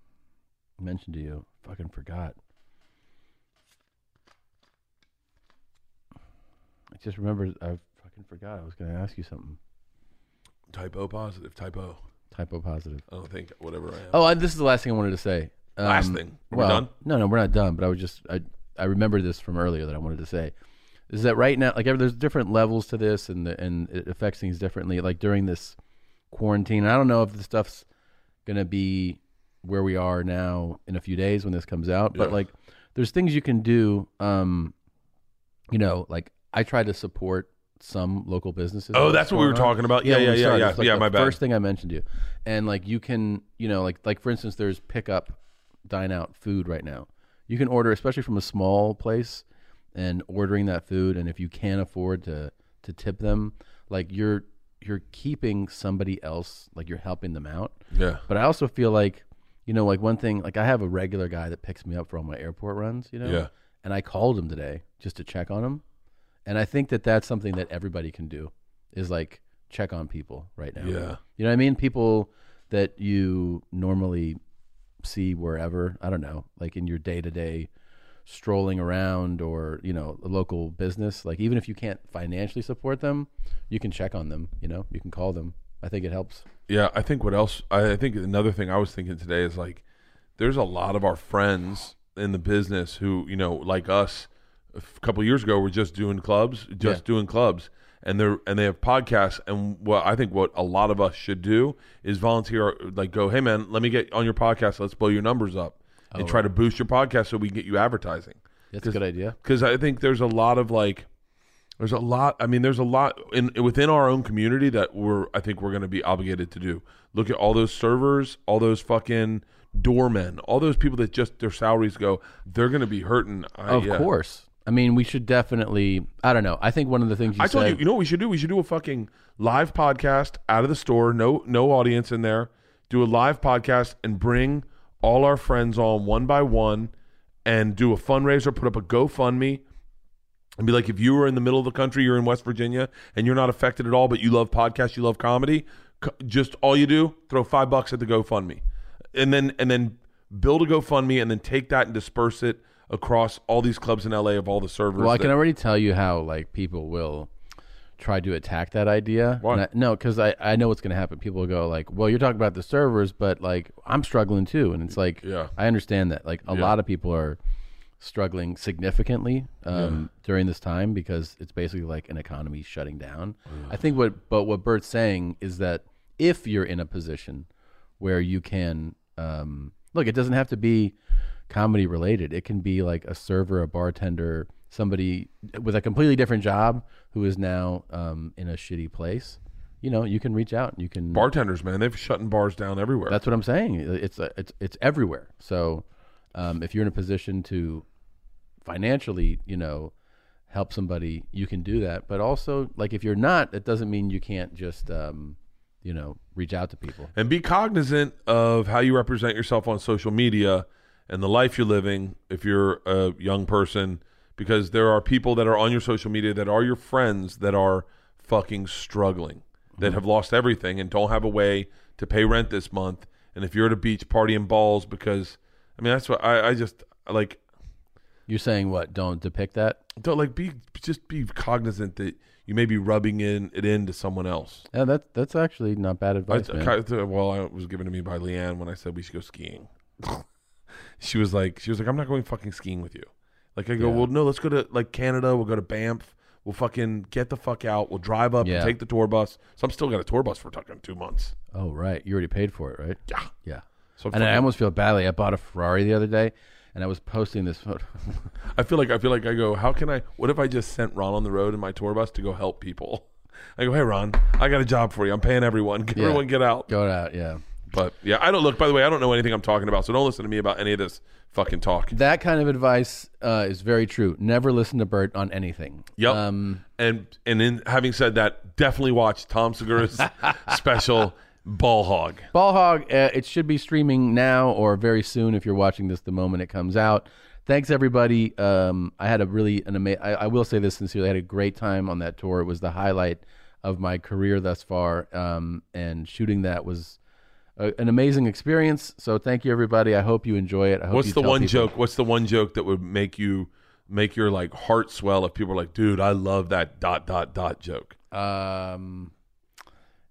mention to you? Fucking forgot. I just remembered I fucking forgot I was going to ask you something. Typo positive. Typo. Typo positive. I don't think whatever I am. Oh, and this is the last thing I wanted to say. Um, Last thing. Are we well, done? No, no, we're not done. But I was just I I remember this from earlier that I wanted to say is that right now like ever- there's different levels to this and the, and it affects things differently. Like during this quarantine, I don't know if the stuff's gonna be where we are now in a few days when this comes out. But Yeah. like there's things you can do. Um, you know, like I try to support some local businesses. Oh, What's that's what we going were on. talking about. Yeah, when yeah, we yeah, started, yeah. it's like Yeah, the my bad. First thing I mentioned to you, and like you can, you know, like like for instance, there's pickup, dine out food right now. You can order, especially from a small place, and ordering that food, and if you can't afford to to tip them, like you're you're keeping somebody else, like you're helping them out. Yeah. But I also feel like, you know, like one thing, like I have a regular guy that picks me up for all my airport runs, you know? Yeah. And I called him today just to check on him. And I think that that's something that everybody can do is like check on people right now. Yeah. You know what I mean? People that you normally see wherever, I don't know, like in your day to day strolling around or, you know, a local business, like even if you can't financially support them, you can check on them, you know, you can call them. I think it helps. Yeah, I think what else? I, I think another thing I was thinking today is like, there's a lot of our friends in the business who, you know, like us, a f- couple years ago, were just doing clubs, just doing clubs, and they're and they have podcasts. And what I think what a lot of us should do is volunteer, like, go, hey man, let me get on your podcast, let's blow your numbers up, and try to boost your podcast so we can get you advertising. That's a good idea. Because I think there's a lot of like, there's a lot. I mean, there's a lot in within our own community that we're. I think we're going to be obligated to do. Look at all those servers, all those fucking doormen, all those people that just their salaries go. They're going to be hurting. I, Of Uh, yeah. course. I mean, we should definitely. I don't know. I think one of the things you I said. told you. You know what we should do? We should do a fucking live podcast out of the store. No, no audience in there. Do a live podcast and bring all our friends on one by one, and do a fundraiser. Put up a GoFundMe. and be like, if you were in the middle of the country, you're in West Virginia, and you're not affected at all, but you love podcasts, you love comedy, c- just all you do, throw five bucks at the GoFundMe, and then and then build a GoFundMe, and then take that and disperse it across all these clubs in LA of all the servers. well, I that- can already tell you how like people will try to attack that idea. Why? And I- no, because I I know what's going to happen. People will go like, "Well, you're talking about the servers, but like I'm struggling too," and it's like, Yeah. I understand that. Like a lot of people are struggling significantly um, during this time because it's basically like an economy shutting down. I think what, but what Bert's saying is that if you're in a position where you can um, look, it doesn't have to be comedy related. It can be like a server, a bartender, somebody with a completely different job who is now um, in a shitty place. You know, you can reach out. and You can bartenders, man, they're shutting bars down everywhere. that's what I'm saying. It's a, it's it's everywhere. So um, if you're in a position to financially, you know, help somebody, you can do that. But also, like if you're not, it doesn't mean you can't just, um, you know, reach out to people. and be cognizant of how you represent yourself on social media and the life you're living if you're a young person because there are people that are on your social media that are your friends that are fucking struggling that have lost everything and don't have a way to pay rent this month and if you're at a beach partying balls because i mean that's what i, I just like You're saying what? Don't depict that. don't like be just be cognizant that you may be rubbing in it into someone else Yeah, that that's actually not bad I, advice, man. I- well, I it was given to me by Leanne when I said we should go skiing. she was like, she was like, I'm not going fucking skiing with you. Like I go, well, no, let's go to like Canada. We'll go to Banff. We'll fucking get the fuck out. We'll drive up Yeah. and take the tour bus. So I'm still got a tour bus for fucking two months. Oh, right. You already paid for it, right? Yeah. Yeah. So I'm And I fucking- almost feel badly. I bought a Ferrari the other day, and I was posting this photo. I feel like I feel like I go. How can I? What if I just sent Ron on the road in my tour bus to go help people? I go, hey Ron, I got a job for you. I'm paying everyone. Can Yeah. everyone get out? Go out, yeah. But yeah, I don't look. By the way, I don't know anything I'm talking about, so don't listen to me about any of this fucking talk. That kind of advice uh, is very true. Never listen to Bert on anything. Uh, Yep. Um, and and in having said that, definitely watch Tom Segura's special Ball Hog. Ball Hog, uh, it should be streaming now or very soon if you're watching this the moment it comes out. Thanks everybody. Um, I had a really an ama- I, I will say this sincerely, I had a great time on that tour. It was the highlight of my career thus far, um, and shooting that was a, an amazing experience. So thank you everybody. I hope you enjoy it. I hope What's you the tell one people- joke? What's the one joke that would make you make your like heart swell if people are like, dude, I love that dot dot dot joke. Um,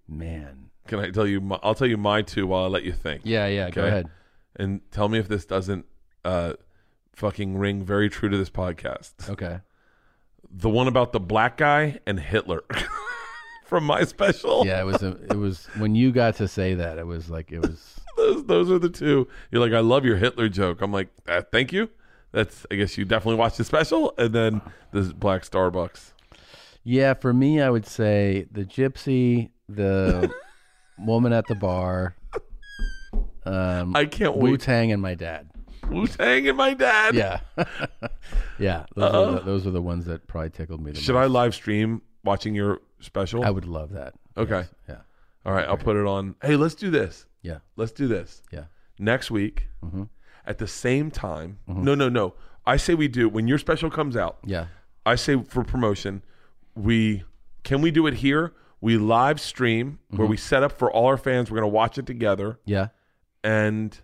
man. Can I tell you? My, I'll tell you my two while I let you think. Yeah, yeah. Go Okay. ahead. And tell me if this doesn't uh, fucking ring very true to this podcast. Okay. The one about the black guy and Hitler from my special. Yeah, it was a, it was when you got to say that, it was like it was those those are the two. You're like, I love your Hitler joke. I'm like, uh, thank you. That's I guess you definitely watched the special, and then this black Starbucks. Yeah, for me, I would say the gypsy, the woman at the bar, um, I can't Wu wait. Tang, and my dad. Wu Tang and my dad. Yeah, yeah. Those, are the, those are the ones that probably tickled me the Uh-huh. Should most. I live stream watching your special? I would love that. okay. Yeah, All right. I'll put it on. Hey, let's do this. yeah, Let's do this yeah. Mm-hmm. next week at the same time. No, no, no. I say we do when your special comes out. Yeah, I say for promotion, we can we do it here? We live stream where we Mm-hmm. set up for all our fans. We're gonna watch it together, yeah, and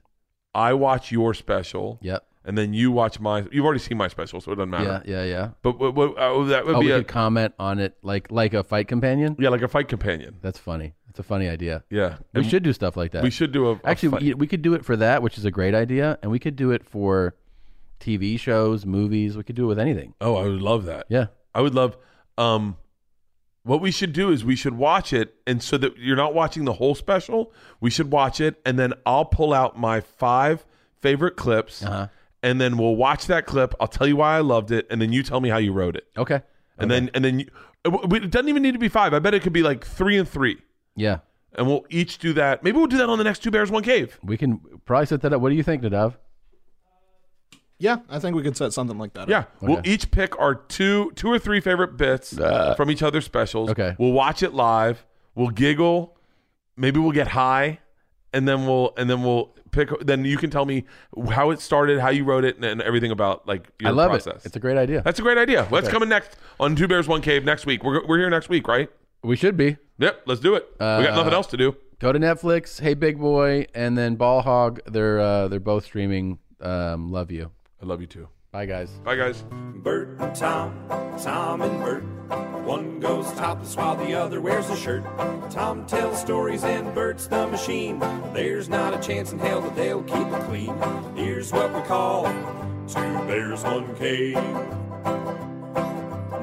I watch your special, yep, and then you watch my. You've already seen my special, so Uh-huh. it doesn't matter. yeah, yeah, yeah. But what, what, uh, that would Oh, be we a could comment on it like like a fight companion. yeah, like a fight companion. That's funny. That's a funny idea. Yeah, We And should do stuff like that. we should do a a Actually, fight- we, we could do it for that, which is a great idea, and we could do it for TV shows, movies. We could do it with anything. oh, I would love that. Yeah, I would love. Um, what we should do is we should watch it, and so that you're not watching the whole special, we should watch it, and then I'll pull out my five favorite clips, Uh-huh. and then we'll watch that clip. I'll tell you why I loved it, and then you tell me how you wrote it, Okay. and then and then you, it w- it doesn't even need to be five. I bet it could be like three and three, Yeah. and we'll each do that. Maybe we'll do that on the next two bears one cave. We can probably set that up. What do you think, Nadav? Yeah, I think we could set something like that. up. Yeah, we'll each pick our two two or three favorite bits from each other's specials. Okay. we'll watch it live. We'll giggle. Maybe we'll get high, and then we'll and then we'll pick. Then you can tell me how it started, how you wrote it, and, and everything about like your I love process. it. It's a great idea. That's a great idea. Let's come in next on Two Bears One Cave next week. We're we're here next week, right? we should be. Yep. Let's do it. we Uh, got nothing else to do. Go to Netflix, Hey Big Boy, and then Ball Hog. They're uh, they're both streaming. Um, love you. I love you too. Bye guys. Bye guys. Bert and Tom, Tom and Bert. One goes topless while the other wears a shirt. Tom tells stories and Bert's the machine. There's not a chance in hell that they'll keep it clean. Here's what we call two bears, one cave.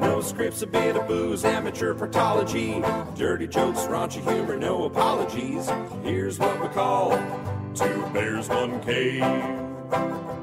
No scripts, a bit of booze, amateur partology. Dirty jokes, raunchy humor, no apologies. Here's what we call two bears, one cave.